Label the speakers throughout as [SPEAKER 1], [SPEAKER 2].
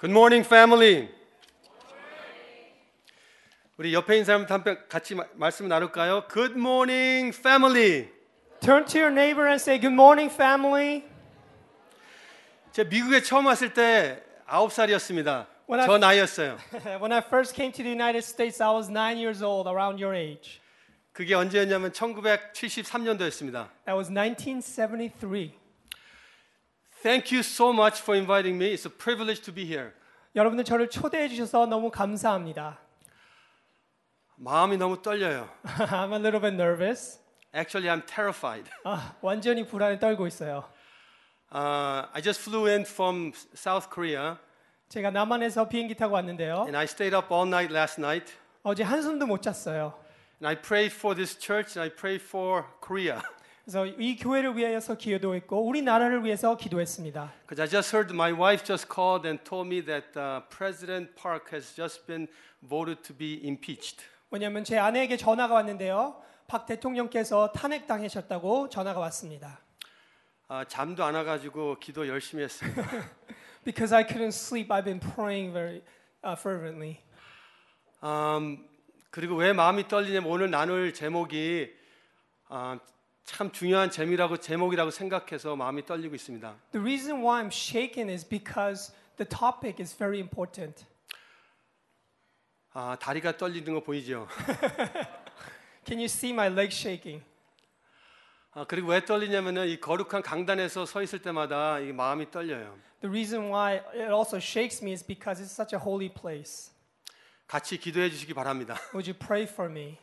[SPEAKER 1] Good morning, family. 우리 옆에 있는 사람 담배 같이 마- 말씀 나눌까요? Good morning, family.
[SPEAKER 2] Turn to your neighbor and say, Good morning, family.
[SPEAKER 1] 제가 미국에 처음 왔을 때 아홉 살이었습니다.
[SPEAKER 2] When I-
[SPEAKER 1] 저 나이였어요.
[SPEAKER 2] when I first came to the United States, I was nine years old, around your age.
[SPEAKER 1] 그게 언제였냐면 1973년도였습니다.
[SPEAKER 2] That was 1973.
[SPEAKER 1] Thank you so much for inviting me. It's a privilege to be here.
[SPEAKER 2] 여러분들 저를 초대해 주셔서 너무 감사합니다.
[SPEAKER 1] 마음이 너무 떨려요.
[SPEAKER 2] I'm a little bit nervous.
[SPEAKER 1] Actually, I'm terrified.
[SPEAKER 2] 아, 완전히 불안에 떨고 있어요.
[SPEAKER 1] Uh, I just flew in from South Korea
[SPEAKER 2] 제가 남한에서 비행기 타고 왔는데요.
[SPEAKER 1] and I stayed up all night last night
[SPEAKER 2] 어제 한숨도 못 잤어요.
[SPEAKER 1] and I prayed for this church and I prayed for Korea
[SPEAKER 2] 그래서 이 교회를 위해서 기도했고 우리나라를 위해서 기도했습니다.
[SPEAKER 1] because I just heard my wife just called and told me that uh, President Park has just been voted to be impeached.
[SPEAKER 2] 왜냐하면 제 아내에게 전화가 왔는데요. 박 대통령께서 탄핵당하셨다고 전화가 왔습니다.
[SPEAKER 1] 아, 잠도 안 와가지고 기도 열심히 했습니다.
[SPEAKER 2] Because I couldn't sleep, I've been praying very uh, fervently.
[SPEAKER 1] 음, 그리고 왜 마음이 떨리냐면 오늘 나눌 제목이 아, 참 중요한 재미라고 제목이라고 생각해서 마음이 떨리고 있습니다.
[SPEAKER 2] The reason why I'm shaken is because the topic is very important.
[SPEAKER 1] 아, 다리가 떨리는 거 보이죠?
[SPEAKER 2] Can you see my leg shaking?
[SPEAKER 1] 아, 그리고 왜 떨리냐면은 이 거룩한 강단에서 서 있을 때마다 이 마음이 떨려요.
[SPEAKER 2] The reason why it also shakes me is because it's such a holy place.
[SPEAKER 1] 같이 기도해 주시기 바랍니다.
[SPEAKER 2] Would you pray for me?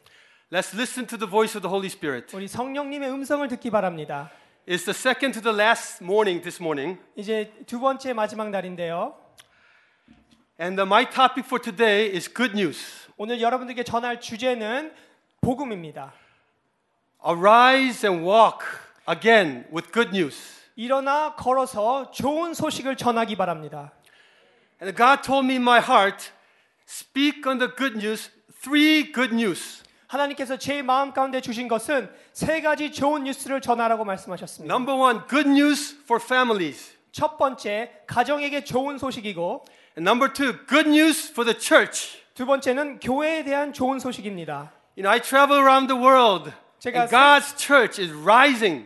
[SPEAKER 1] Let's listen to the voice of the Holy Spirit.
[SPEAKER 2] 우리 성령님의 음성을 듣기 바랍니다.
[SPEAKER 1] It's the second to the last morning this morning.
[SPEAKER 2] 이제 두 번째 마지막 날인데요.
[SPEAKER 1] And uh, my topic for today is good news.
[SPEAKER 2] 오늘 여러분들께 전할 주제는 복음입니다.
[SPEAKER 1] Arise and walk again with good news.
[SPEAKER 2] 일어나 걸어서 좋은 소식을 전하기 바랍니다.
[SPEAKER 1] And God told me in my heart, speak on the good news, three good news.
[SPEAKER 2] 하나님께서 제 마음 가운데 주신 것은 세 가지 좋은 뉴스를 전하라고 말씀하셨습니다.
[SPEAKER 1] Number one, good news for families.
[SPEAKER 2] 첫 번째, 가정에게 좋은 소식이고
[SPEAKER 1] And number two, good news for the church.
[SPEAKER 2] 두 번째는 교회에 대한 좋은 소식입니다.
[SPEAKER 1] You know, I travel around the world,
[SPEAKER 2] 제가
[SPEAKER 1] and God's church is rising,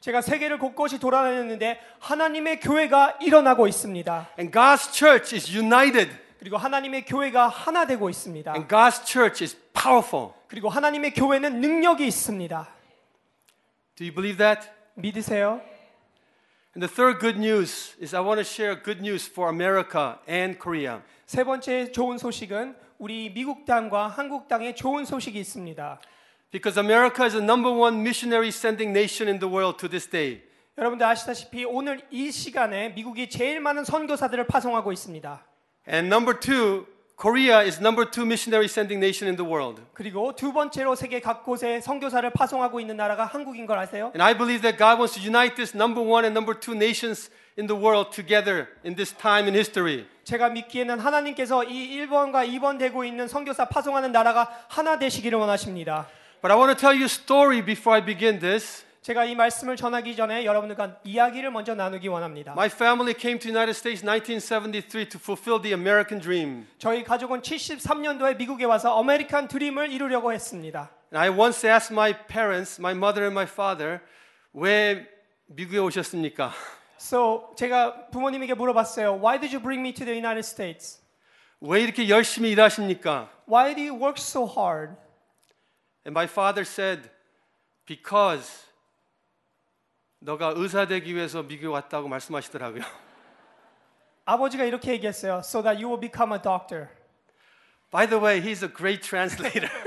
[SPEAKER 2] 제가 세계를 곳곳이 돌아다녔는데 하나님의 교회가 일어나고 있습니다.
[SPEAKER 1] and God's church is united,
[SPEAKER 2] 그리고 하나님의 교회가 하나 되고 있습니다.
[SPEAKER 1] and God's church is powerful.
[SPEAKER 2] 그리고 하나님의 교회는 능력이 있습니다.
[SPEAKER 1] Do you believe that?
[SPEAKER 2] 믿으세요?
[SPEAKER 1] And the third good news is I want to share good news for America and Korea.
[SPEAKER 2] 세 번째 좋은 소식은 우리 미국 땅과 한국 땅에 좋은 소식이 있습니다.
[SPEAKER 1] Because America is the number one missionary sending nation in the world to this day.
[SPEAKER 2] 여러분들 아시다시피 오늘 이 시간에 미국이 제일 많은 선교사들을 파송하고 있습니다.
[SPEAKER 1] And number two, Korea is number two missionary sending nation in the world.
[SPEAKER 2] 그리고 두 번째로 세계 각곳에 선교사를 파송하고 있는 나라가 한국인 걸 아세요?
[SPEAKER 1] And I believe that God wants to unite this number one and number two nations in the world together in this time in history.
[SPEAKER 2] 제가 믿기에는 하나님께서 이 1번과 2번 되고 있는 선교사 파송하는 나라가 하나 되시기를 원하십니다.
[SPEAKER 1] But I want to tell you a story before I begin this.
[SPEAKER 2] 제가 이 말씀을 전하기 전에 여러분들과 이야기를 먼저 나누기 원합니다.
[SPEAKER 1] My family came to United States 1973 to fulfill the American dream.
[SPEAKER 2] 저희 가족은 73년도에 미국에 와서 아메리칸 드림을 이루려고 했습니다.
[SPEAKER 1] And I once asked my parents, my mother and my father, 왜 미국에 오셨습니까?
[SPEAKER 2] So 제가 부모님에게 물어봤어요. Why did you bring me to the United States?
[SPEAKER 1] 왜 이렇게 열심히 일하십니까?
[SPEAKER 2] Why do you work so hard?
[SPEAKER 1] And my father said, because 너가 의사 되기 위해서 미국에 왔다고 말씀하시더라고요.
[SPEAKER 2] 아버지가 이렇게 얘기했어요. So that you will become a doctor.
[SPEAKER 1] By the way, he's a great translator.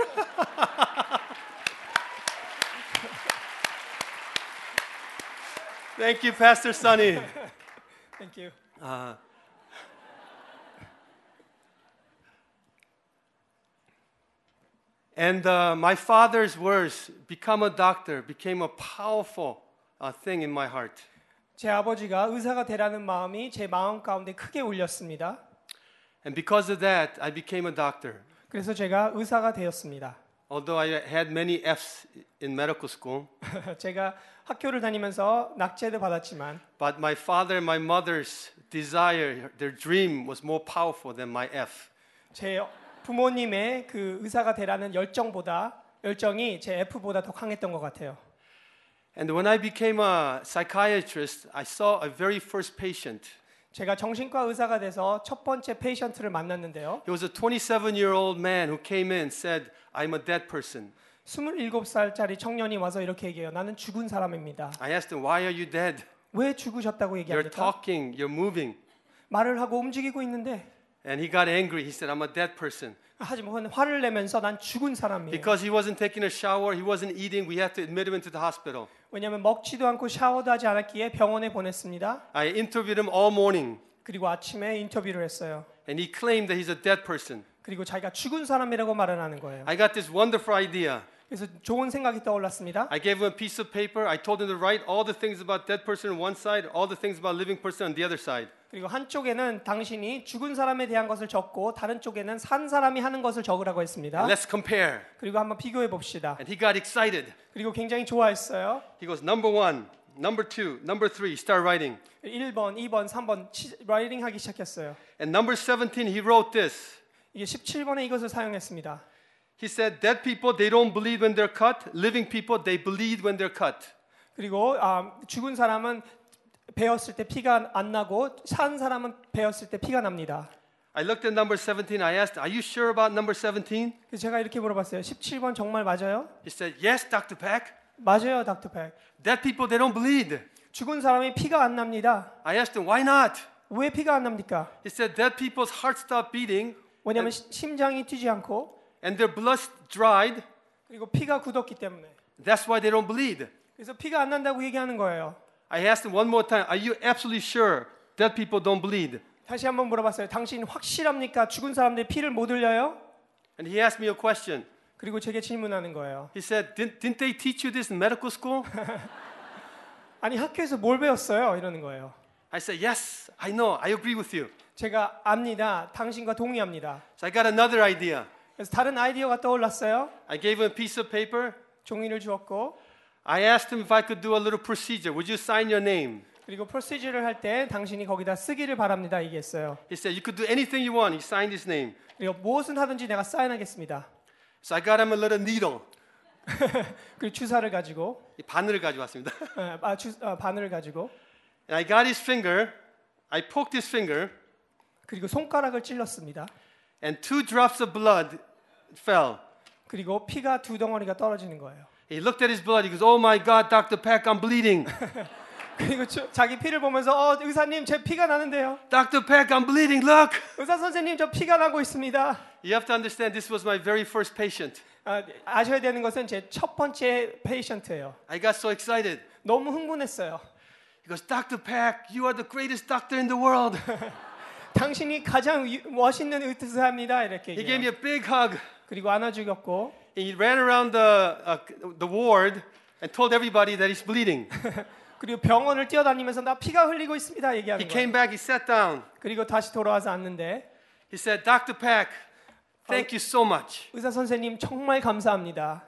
[SPEAKER 1] Thank you, Pastor Sunny.
[SPEAKER 2] Thank you.
[SPEAKER 1] And uh, my father's words, become a doctor, became a powerful uh, thing in my heart.
[SPEAKER 2] 제 아버지가 의사가 되라는 마음이 제 마음 가운데 크게 울렸습니다.
[SPEAKER 1] And because of that, I became a doctor.
[SPEAKER 2] 그래서 제가 의사가 되었습니다.
[SPEAKER 1] Although I had many F's in medical school,
[SPEAKER 2] 제가 학교를 다니면서 낙제도 받았지만
[SPEAKER 1] but my father and my mother's desire, their dream was more powerful than my F.
[SPEAKER 2] 제 부모님의 그 의사가 되라는 열정보다 열정이 제 F보다 더 강했던 것 같아요.
[SPEAKER 1] And when I became a psychiatrist, I saw a very first patient.
[SPEAKER 2] 제가 정신과 의사가 돼서 첫 번째 페이션트를 만났는데요.
[SPEAKER 1] He was a 27 year old man who came in and said, I'm a dead person.
[SPEAKER 2] 27살짜리 청년이 와서 이렇게 얘기해요. 나는 죽은 사람입니다.
[SPEAKER 1] I asked him, Why are you dead?
[SPEAKER 2] 왜 죽으셨다고
[SPEAKER 1] You're
[SPEAKER 2] 얘기합니까?
[SPEAKER 1] talking, you're moving.
[SPEAKER 2] 말을 하고 움직이고 있는데
[SPEAKER 1] And he got angry. He said, I'm a dead person.
[SPEAKER 2] 하지만 화를 내면서 난 죽은 사람이에요.
[SPEAKER 1] Because he wasn't taking a shower, he wasn't eating, we had to admit him into the hospital.
[SPEAKER 2] 왜냐하면 먹지도 않고 샤워도 하지 않았기에 병원에 보냈습니다.
[SPEAKER 1] I interviewed him all morning,
[SPEAKER 2] 그리고 아침에 인터뷰를 했어요.
[SPEAKER 1] and he claimed that he's a dead person.
[SPEAKER 2] 그리고 자기가 죽은 사람이라고 말을 하는 거예요.
[SPEAKER 1] I got this wonderful idea.
[SPEAKER 2] 그래서 좋은 생각이 떠올랐습니다.
[SPEAKER 1] I gave him a piece of paper. I told him to write all the things about dead person on one side, all the things about living person on the other side.
[SPEAKER 2] 그리고 한쪽에는 당신이 죽은 사람에 대한 것을 적고 다른 쪽에는 산 사람이 하는 것을 적으라고 했습니다.
[SPEAKER 1] And let's compare.
[SPEAKER 2] 그리고 한번 비교해 봅시다.
[SPEAKER 1] And he got excited.
[SPEAKER 2] 그리고 굉장히 좋아했어요.
[SPEAKER 1] He goes, number one, number two, number three, start writing.
[SPEAKER 2] 1번, 2번, 3번 치, 라이딩 하기 시작했어요.
[SPEAKER 1] And number 17, he wrote this.
[SPEAKER 2] 이게 17번에 이것을 사용했습니다.
[SPEAKER 1] He said, Dead people, they don't bleed when they're cut. Living people, they bleed when they're cut.
[SPEAKER 2] 그리고 아, 죽은 사람은 베었을 때 피가 안 나고 산 사람은 베었을 때 피가 납니다.
[SPEAKER 1] I looked at number 17. I asked, Are you sure about number 17?
[SPEAKER 2] 그래서 제가 이렇게 물어봤어요. 17번 정말 맞아요?
[SPEAKER 1] He 사id Yes, Dr. Pack.
[SPEAKER 2] 맞아요, 닥터 팩.
[SPEAKER 1] Dead people, they don't bleed.
[SPEAKER 2] 죽은 사람이 피가 안 납니다.
[SPEAKER 1] I asked him, Why not?
[SPEAKER 2] 왜 피가 안 납니까?
[SPEAKER 1] He said, Dead people's hearts stop beating
[SPEAKER 2] 왜냐하면 시- 심장이 뛰지 않고
[SPEAKER 1] and their blood dried.
[SPEAKER 2] 그리고 피가 굳었기 때문에.
[SPEAKER 1] That's why they don't bleed.
[SPEAKER 2] 그래서 피가 안 난다고 얘기하는 거예요.
[SPEAKER 1] I asked him one more time, Are you absolutely sure dead people don't bleed?
[SPEAKER 2] 다시 한번 물어봤어요. 당신 확실합니까? 죽은 사람들 피를 못 흘려요?
[SPEAKER 1] And he asked me a question.
[SPEAKER 2] 그리고 제게 질문하는 거예요.
[SPEAKER 1] He said, Didn't, didn't they teach you this in medical school?
[SPEAKER 2] 아니 학교에서 뭘 배웠어요? 이러는 거예요.
[SPEAKER 1] I said, Yes, I know. I agree with you.
[SPEAKER 2] 제가 압니다. 당신과 동의합니다.
[SPEAKER 1] So I got another idea.
[SPEAKER 2] 그래서 다른 아이디어가 떠올랐어요.
[SPEAKER 1] I gave him a piece of paper.
[SPEAKER 2] 종이를 주었고
[SPEAKER 1] I asked him if I could do a little procedure. Would you sign your name?
[SPEAKER 2] 그리고 프로시저를 할 때 당신이 거기다 쓰기를 바랍니다. 얘기했어요.
[SPEAKER 1] He said, You could do anything you want. He signed his name.
[SPEAKER 2] 그리고 무엇은 하든지 내가 사인하겠습니다.
[SPEAKER 1] So I got him a little needle.
[SPEAKER 2] 그리고 주사를 가지고
[SPEAKER 1] 이 바늘을 가져왔습니다.
[SPEAKER 2] 에, 아, 주, 아, 바늘을 가지고
[SPEAKER 1] And I got his finger. I poked his finger,
[SPEAKER 2] 그리고 손가락을 찔렀습니다.
[SPEAKER 1] and two drops of blood fell.
[SPEAKER 2] 그리고 피가 두 덩어리가 떨어지는 거예요.
[SPEAKER 1] He looked at his blood. He goes, Oh my God, Dr. Pack, I'm bleeding.
[SPEAKER 2] 그리고 저- 자기 피를 보면서 어 의사님 제 피가 나는데요.
[SPEAKER 1] Dr. Pack, I'm bleeding. Look.
[SPEAKER 2] 의사 선생님 저 피가 나고 있습니다.
[SPEAKER 1] You have to understand, this was my very first patient.
[SPEAKER 2] 아, 아셔야 되는 것은 제 첫 번째 페이션트예요.
[SPEAKER 1] I got so excited.
[SPEAKER 2] 너무 흥분했어요.
[SPEAKER 1] He goes, Dr. Pack, you are the greatest doctor in the world.
[SPEAKER 2] 당신이 가장 유- 멋있는 의사입니다. 이렇게
[SPEAKER 1] He gave me
[SPEAKER 2] 얘기해요.
[SPEAKER 1] a big hug.
[SPEAKER 2] 그리고 안아주겠고
[SPEAKER 1] He ran around the, uh, the ward and told everybody that he's bleeding.
[SPEAKER 2] 그리고 병원을 뛰어다니면서 나 피가 흘리고 있습니다.
[SPEAKER 1] He
[SPEAKER 2] 얘기하는 거예요.
[SPEAKER 1] came back, he sat down.
[SPEAKER 2] 그리고 다시 돌아와서 앉는데
[SPEAKER 1] He said, Dr. Pack, thank you so much.
[SPEAKER 2] 의사 선생님 정말 감사합니다.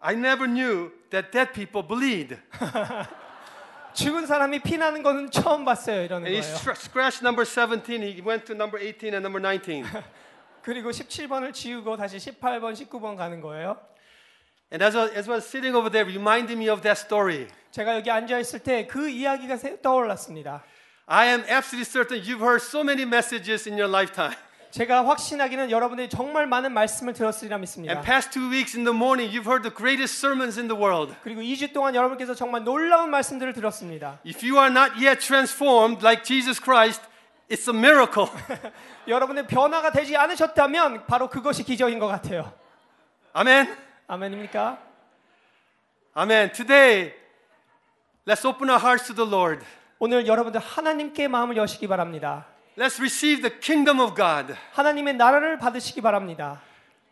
[SPEAKER 1] I never knew that dead people bleed.
[SPEAKER 2] 죽은 사람이 피나는 거는 처음 봤어요. 이러는
[SPEAKER 1] And he
[SPEAKER 2] 거예요.
[SPEAKER 1] str- scratched number 17, he went to number 18 and number 19.
[SPEAKER 2] 그리고 17번을 지우고 다시 18번, 19번 가는 거예요.
[SPEAKER 1] And as I, as I was sitting over there, reminding me of that story.
[SPEAKER 2] 제가 여기 앉아 있을 때 그 이야기가 세- 떠올랐습니다.
[SPEAKER 1] I am absolutely certain you've heard so many messages in your lifetime.
[SPEAKER 2] 제가 확신하기는 여러분들이 정말 많은 말씀을 들었으리라 믿습니다.
[SPEAKER 1] And past two weeks in the morning, you've heard the greatest sermons in the world.
[SPEAKER 2] 그리고 2주 동안 여러분께서 정말 놀라운 말씀들을 들었습니다.
[SPEAKER 1] If you are not yet transformed like Jesus Christ, it's a miracle.
[SPEAKER 2] 여러분의 변화가 되지 않으셨다면 바로 그것이 기적인 것 같아요.
[SPEAKER 1] Amen.
[SPEAKER 2] 아멘입니까?
[SPEAKER 1] Amen. Today, let's open our hearts to the Lord.
[SPEAKER 2] 오늘 여러분들 하나님께 마음을 여시기 바랍니다.
[SPEAKER 1] Let's receive the kingdom of God.
[SPEAKER 2] 하나님의 나라를 받으시기 바랍니다.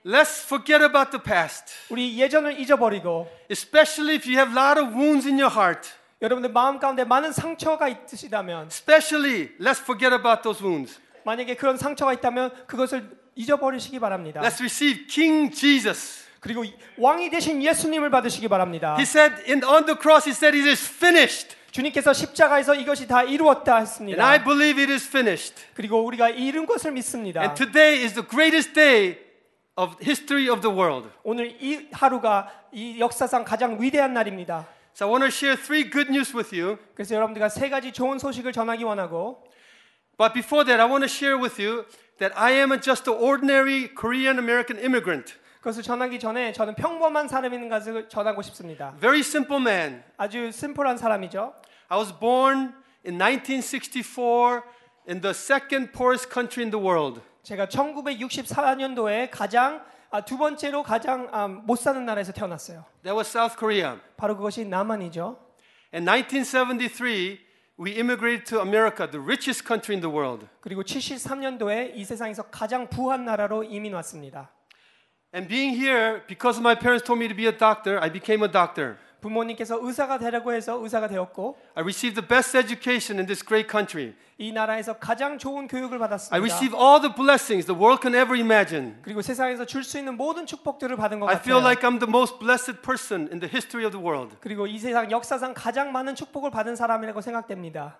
[SPEAKER 1] Let's forget about the past,
[SPEAKER 2] 우리 예전을 잊어버리고
[SPEAKER 1] especially if you have a lot of wounds in your heart.
[SPEAKER 2] 여러분들 마음 가운데 많은 상처가 있으시다면
[SPEAKER 1] Especially, let's forget about those wounds.
[SPEAKER 2] 만약에 그런 상처가 있다면 그것을 잊어버리시기 바랍니다.
[SPEAKER 1] Let's receive King Jesus.
[SPEAKER 2] 그리고 이- 왕이 되신 예수님을 받으시기 바랍니다.
[SPEAKER 1] He said, in, on the cross, he said, it is finished.
[SPEAKER 2] 주님께서 십자가에서 이것이 다
[SPEAKER 1] And
[SPEAKER 2] 이루었다
[SPEAKER 1] I
[SPEAKER 2] 했습니다.
[SPEAKER 1] believe it is finished.
[SPEAKER 2] 그리고 우리가 이룬 것을 믿습니다.
[SPEAKER 1] And today is the greatest day of history of the world.
[SPEAKER 2] 오늘 이 하루가 이 역사상 가장 위대한 날입니다.
[SPEAKER 1] So I want to share three good news with you.
[SPEAKER 2] 그래서 여러분들과 세 가지 좋은 소식을 전하기 원하고
[SPEAKER 1] But before that, I want to share with you that I am just an ordinary Korean American immigrant,
[SPEAKER 2] 그것을 전하기 전에 저는 평범한 사람인 것을 전하고 싶습니다.
[SPEAKER 1] very simple man.
[SPEAKER 2] 아주 심플한 사람이죠.
[SPEAKER 1] I was born in 1964 in the second poorest country in the world.
[SPEAKER 2] 제가 1964년도에 가장 아, 두 번째로 가장 아, 못 사는 나라에서 태어났어요.
[SPEAKER 1] That was South Korea.
[SPEAKER 2] 바로 그것이 남한이죠.
[SPEAKER 1] In 1973, we immigrated to America, the richest country in the world.
[SPEAKER 2] 그리고 73년도에 이 세상에서 가장 부한 나라로 이민 왔습니다.
[SPEAKER 1] And being here, because my parents told me to be a doctor, I became a doctor.
[SPEAKER 2] 부모님께서 의사가 되라고 해서 의사가 되었고
[SPEAKER 1] I received the best education in this great country.
[SPEAKER 2] 이 나라에서 가장 좋은 교육을
[SPEAKER 1] I
[SPEAKER 2] 받았습니다.
[SPEAKER 1] received all the blessings the world can ever imagine.
[SPEAKER 2] 그리고 세상에서 줄 수 있는 모든 축복들을 받은 것
[SPEAKER 1] I
[SPEAKER 2] 같아요.
[SPEAKER 1] feel like I'm the most blessed person in the history of the world.
[SPEAKER 2] 그리고 이 세상 역사상 가장 많은 축복을 받은 사람이라고 생각됩니다.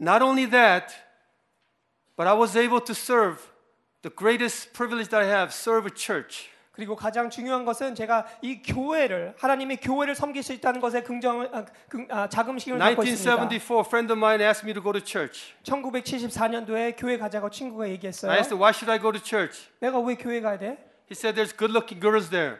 [SPEAKER 1] Not only that, but I was able to serve the greatest privilege that I have serve a church.
[SPEAKER 2] 그리고 가장 중요한 것은 제가 이 교회를 하나님의 교회를 섬길 수 있다는 것에 긍정을 아, 긍- 아, 자긍심을 갖고 있습니다.
[SPEAKER 1] 1974, a friend of mine asked me to go to church.
[SPEAKER 2] 1974년도에 교회 가자고 친구가
[SPEAKER 1] I
[SPEAKER 2] 얘기했어요.
[SPEAKER 1] asked him, Why should I go to church?
[SPEAKER 2] 내가 왜 교회 가야 돼?
[SPEAKER 1] He said, There's good looking girls there.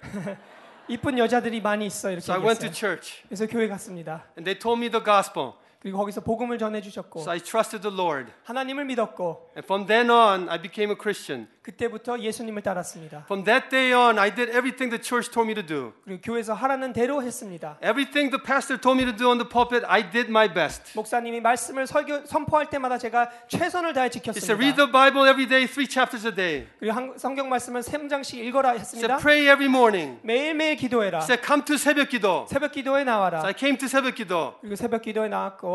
[SPEAKER 2] 이쁜 여자들이 많이 있어 이렇게
[SPEAKER 1] So I went to
[SPEAKER 2] 얘기했어요.
[SPEAKER 1] church
[SPEAKER 2] 그래서 교회 갔습니다.
[SPEAKER 1] and they told me the gospel.
[SPEAKER 2] 그리고 거기서 복음을 전해 주셨고
[SPEAKER 1] So I trusted the Lord.
[SPEAKER 2] 하나님을 믿었고
[SPEAKER 1] And from then on, I became a Christian.
[SPEAKER 2] 그때부터 예수님을 따랐습니다.
[SPEAKER 1] From that day on, I did everything the church told me to do.
[SPEAKER 2] 그리고 교회에서 하라는 대로 했습니다.
[SPEAKER 1] Everything the pastor told me to do on the pulpit, I did my best.
[SPEAKER 2] 목사님이 말씀을 설교, 선포할 때마다 제가 최선을 다해
[SPEAKER 1] He said, read
[SPEAKER 2] 지켰습니다.
[SPEAKER 1] the Bible every day, three chapters a day.
[SPEAKER 2] 그리고 한- 성경 말씀을 3장씩 읽어라
[SPEAKER 1] He said,
[SPEAKER 2] 했습니다.
[SPEAKER 1] pray every morning.
[SPEAKER 2] 매일매일 기도해라.
[SPEAKER 1] He said, come to 새벽 기도.
[SPEAKER 2] 새벽 기도에
[SPEAKER 1] So
[SPEAKER 2] 나와라.
[SPEAKER 1] I came to 새벽 기도.
[SPEAKER 2] 그리고 새벽 기도에 나왔고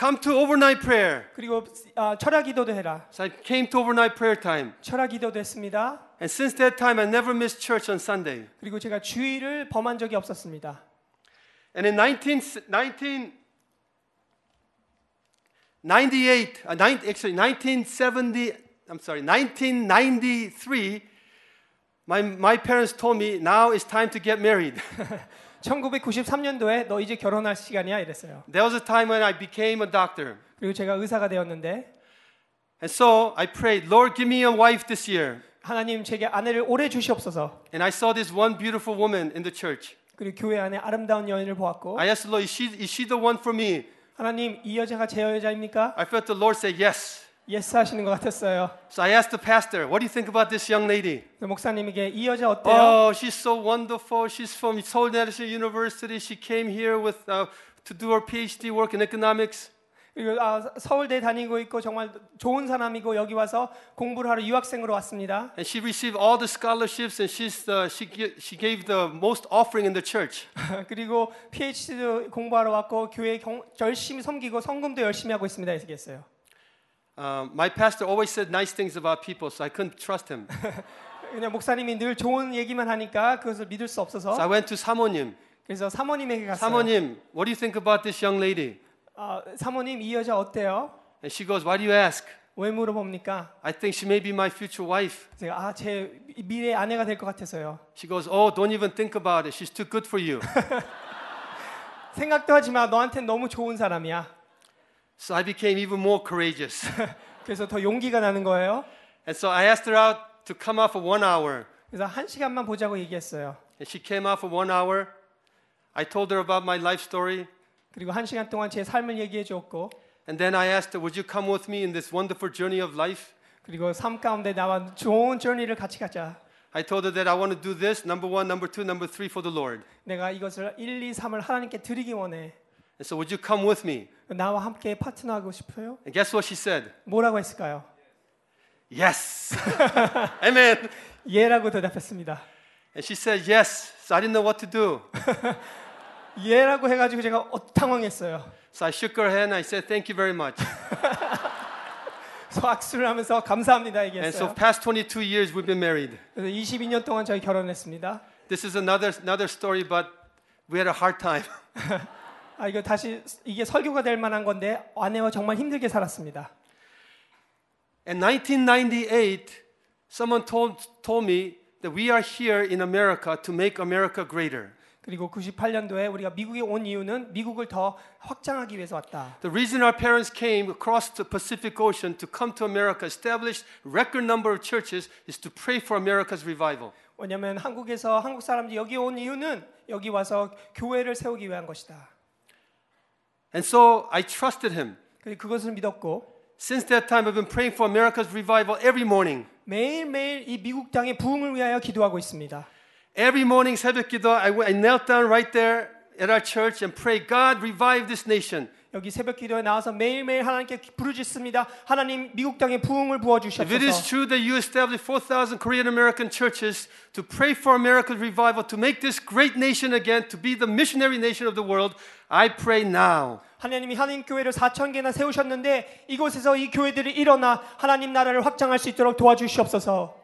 [SPEAKER 1] Come to overnight prayer.
[SPEAKER 2] 그리고 아, 철야 기도도 해라.
[SPEAKER 1] So I came to overnight prayer time.
[SPEAKER 2] 철야 기도도 했습니다.
[SPEAKER 1] And since that time, I never missed church on Sunday.
[SPEAKER 2] 그리고 제가 주의를 범한 적이 없었습니다.
[SPEAKER 1] And in 19, 1998, uh, nine, actually 1970, I'm sorry, 1993, my, my parents told me, now it's time to get married.
[SPEAKER 2] 1993년도에 너 이제 결혼할 시간이야 이랬어요.
[SPEAKER 1] that was a time when I became a doctor.
[SPEAKER 2] 그리고 제가 의사가 되었는데
[SPEAKER 1] And so I prayed, Lord, give me a wife this year.
[SPEAKER 2] 하나님 제게 아내를 오래 주시옵소서.
[SPEAKER 1] And I saw this one beautiful woman in the church.
[SPEAKER 2] 그리고 교회 안에 아름다운 여인을 보았고
[SPEAKER 1] I asked the Lord, is she, is she the one for me?
[SPEAKER 2] 하나님 이 여자가 제 여자입니까?
[SPEAKER 1] I felt the Lord say yes.
[SPEAKER 2] 예스 하시는 것 같았어요.
[SPEAKER 1] So I asked the pastor, what do you think about this young lady?
[SPEAKER 2] 그래서 목사님에게 이 여자
[SPEAKER 1] Oh,
[SPEAKER 2] 어때요?
[SPEAKER 1] she's so wonderful. She's from Seoul National University. She came here with, uh, to do her PhD work in economics.
[SPEAKER 2] 그리고 아, 서울대 다니고 있고 정말 좋은 사람이고 여기 와서 공부를 하러 유학생으로 왔습니다.
[SPEAKER 1] And she received all the scholarships and she's the, she, gi- she gave the most offering in the church.
[SPEAKER 2] 그리고 PhD도 공부하러 왔고 교회 경, 열심히 섬기고 성금도 열심히 하고 있습니다. 이렇게 했어요.
[SPEAKER 1] Um, my pastor always said nice things about people, so I couldn't trust him.
[SPEAKER 2] 그냥 목사님이 늘 좋은 얘기만 하니까 그것을 믿을 수 없어서
[SPEAKER 1] So I went to 사모님.
[SPEAKER 2] 그래서 사모님에게 갔어요.
[SPEAKER 1] 사모님, what do you think about this young lady?
[SPEAKER 2] 아, 사모님 이 여자 어때요?
[SPEAKER 1] And she goes, Why do you ask?
[SPEAKER 2] 왜 물어봅니까?
[SPEAKER 1] I think she may be my future wife.
[SPEAKER 2] 제가 아 제 미래 아내가 될 것 같아서요.
[SPEAKER 1] She goes, Oh, don't even think about it. She's too good for you.
[SPEAKER 2] 생각도 하지 마. 너한텐 너무 좋은 사람이야.
[SPEAKER 1] so I became even more courageous.
[SPEAKER 2] 그래서 더 용기가 나는 거예요.
[SPEAKER 1] and so I asked her out to come out for one hour.
[SPEAKER 2] 그래서 한 시간만 보자고 얘기했어요.
[SPEAKER 1] And she came out for one hour. I told her about my life story.
[SPEAKER 2] 그리고 한 시간 동안 제 삶을 얘기해 주었고
[SPEAKER 1] And then I asked her, Would you come with me in this wonderful journey of life?
[SPEAKER 2] 그리고 삶 가운데 나와 좋은 저니를 같이 가자.
[SPEAKER 1] I told her that I want to do this number one, number two, number three for the Lord.
[SPEAKER 2] 내가 이것을 1, 2, 3을 하나님께 드리기 원해.
[SPEAKER 1] And so, would you come with me?
[SPEAKER 2] 나와 함께 파트너하고 싶어요?
[SPEAKER 1] And guess what she said?
[SPEAKER 2] 뭐라고 했을까요?
[SPEAKER 1] Yes. Amen.
[SPEAKER 2] 예라고 대답했습니다.
[SPEAKER 1] And she said, Yes. So I didn't know what to do.
[SPEAKER 2] 예라고 해가지고 제가 어, 당황했어요.
[SPEAKER 1] So I shook her hand. I said, Thank you very much.
[SPEAKER 2] 그래서 악수를 하면서 감사합니다
[SPEAKER 1] and so,
[SPEAKER 2] 얘기했어요.
[SPEAKER 1] past 22 years, we've been married.
[SPEAKER 2] 그래서 22년 동안 저희 결혼했습니다.
[SPEAKER 1] This is another another story, but we had a hard time.
[SPEAKER 2] 아 이거 다시 이게 설교가 될 만한 건데 아내와 정말 힘들게 살았습니다.
[SPEAKER 1] In 1998, someone told told me that we are here in America to make America greater.
[SPEAKER 2] 그리고 98년도에 우리가 미국에 온 이유는 미국을 더 확장하기 위해서 왔다.
[SPEAKER 1] The reason our parents came across the Pacific Ocean to come to America, established record number of churches, is to pray for America's revival.
[SPEAKER 2] 왜냐하면 한국에서 한국 사람들이 여기 온 이유는 여기 와서 교회를 세우기 위한 것이다.
[SPEAKER 1] And so I trusted him.
[SPEAKER 2] 그리고 그것을 믿었고
[SPEAKER 1] Since that time, I've been praying for America's revival every morning.
[SPEAKER 2] 매일매일 이 미국 땅의 부흥을 위하여 기도하고 있습니다.
[SPEAKER 1] Every morning, 새벽 기도, I, went- I knelt down right there at our church and prayed, God, revive this nation.
[SPEAKER 2] 여기 새벽 기도에 나와서 매일매일 하나님께 부르짖습니다. 하나님 미국 땅에 부흥을 부어
[SPEAKER 1] If it is
[SPEAKER 2] 주시옵소서.
[SPEAKER 1] true that you established 4,000 Korean American churches to pray for America's revival, to make this great nation again, to be the missionary nation of the world, I pray now.
[SPEAKER 2] 하나님이 하나님 교회를 4천 개나 세우셨는데 이곳에서 이 교회들이 일어나 하나님 나라를 확장할 수 있도록 도와주시옵소서.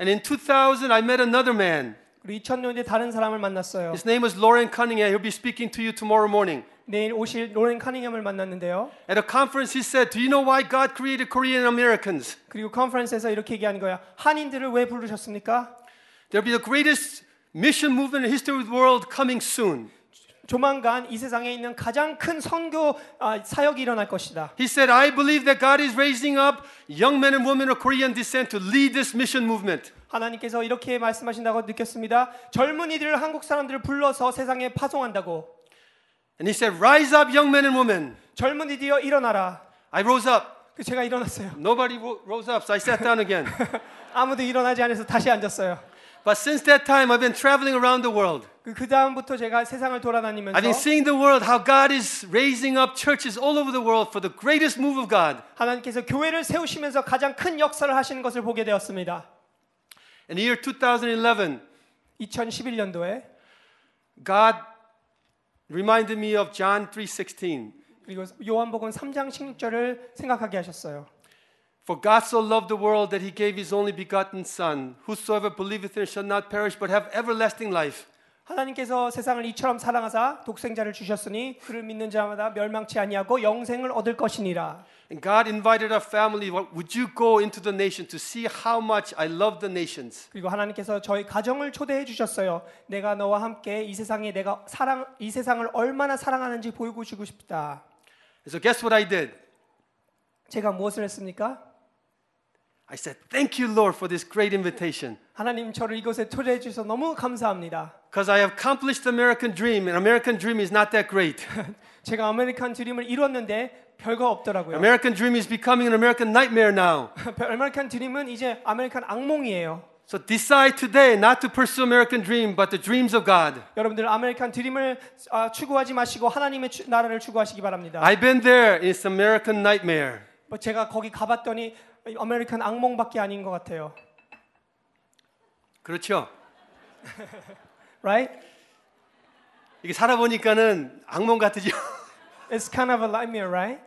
[SPEAKER 1] And in 2000, I met another man.
[SPEAKER 2] 그리고 2000년에 다른 사람을 만났어요.
[SPEAKER 1] His name was Lauren Cunningham. He'll be speaking to you tomorrow morning.
[SPEAKER 2] 내일 오실 로렌 카닝ham을 만났는데요.
[SPEAKER 1] At a conference, he said, Do you know why God created Korean Americans?
[SPEAKER 2] 그리고 컨퍼런스에서 이렇게 얘기하는 거야. 한인들을 왜 부르셨습니까?
[SPEAKER 1] There'll be the greatest mission movement in history of the world coming soon.
[SPEAKER 2] 조만간 이 세상에 있는 가장 큰 선교 아, 사역이 일어날 것이다.
[SPEAKER 1] He said, I believe that God is raising up young men and women of Korean descent to lead this mission movement.
[SPEAKER 2] 하나님께서 이렇게 말씀하신다고 느꼈습니다. 젊은이들을 한국 사람들을 불러서 세상에 파송한다고.
[SPEAKER 1] And he said, Rise up, young men and women.
[SPEAKER 2] 젊은이들여 일어나라.
[SPEAKER 1] I rose up.
[SPEAKER 2] 그 제가 일어났어요.
[SPEAKER 1] Nobody ro- rose up, so I sat down again.
[SPEAKER 2] 아무도 일어나지 않아서 다시 앉았어요.
[SPEAKER 1] but since that time, I've been traveling around the world.
[SPEAKER 2] 그 다음부터 제가 세상을
[SPEAKER 1] I've been
[SPEAKER 2] 돌아다니면서
[SPEAKER 1] seeing the world how God is raising up churches all over the world for the greatest move of God.
[SPEAKER 2] 하나님께서 교회를 세우시면서 가장 큰 역사를 하시는 것을 보게 되었습니다.
[SPEAKER 1] In the year 2011,
[SPEAKER 2] 2011년도에
[SPEAKER 1] God reminded me of John 3:16.
[SPEAKER 2] 그리고 요한복음 3장 16절을 생각하게 하셨어요.
[SPEAKER 1] For God so loved the world that he gave his only begotten Son, whosoever believeth in him shall not perish but have everlasting life.
[SPEAKER 2] 하나님께서 세상을 이처럼 사랑하사 독생자를 주셨으니 그를 믿는 자마다 멸망치 아니하고 영생을 얻을 것이니라.
[SPEAKER 1] And God invited our family, would you go into the nation to see how much I love the nations?
[SPEAKER 2] 그리고 하나님께서 저희 가정을 초대해 주셨어요. 내가 너와 함께 이 세상에 내가 사랑 이 세상을 얼마나 사랑하는지 보이고 주고 싶다.
[SPEAKER 1] And so guess what I did?
[SPEAKER 2] 제가 무엇을 했습니까?
[SPEAKER 1] I said, Thank you, Lord, for this great invitation.
[SPEAKER 2] 하나님 저를 이곳에 초대해 주셔서 너무 감사합니다.
[SPEAKER 1] Because I have accomplished the American dream, and American dream is not that great.
[SPEAKER 2] 제가 아메리칸 드림을 이뤘는데 별거 없더라고요.
[SPEAKER 1] American dream is becoming an American nightmare now.
[SPEAKER 2] 아메리칸 드림은 이제 아메리칸 악몽이에요.
[SPEAKER 1] So decide today not to pursue American dream, but the dreams of God.
[SPEAKER 2] 여러분들 아메리칸 드림을 아, 추구하지 마시고 하나님의 추- 나라를 추구하시기 바랍니다.
[SPEAKER 1] I've been there, it's American nightmare.
[SPEAKER 2] 뭐 제가 거기 가봤더니 아메리칸 악몽밖에 아닌 것 같아요.
[SPEAKER 1] 그렇죠?
[SPEAKER 2] Right?
[SPEAKER 1] 이게 살아보니까는 악몽 같으죠?
[SPEAKER 2] It's kind of a nightmare, right?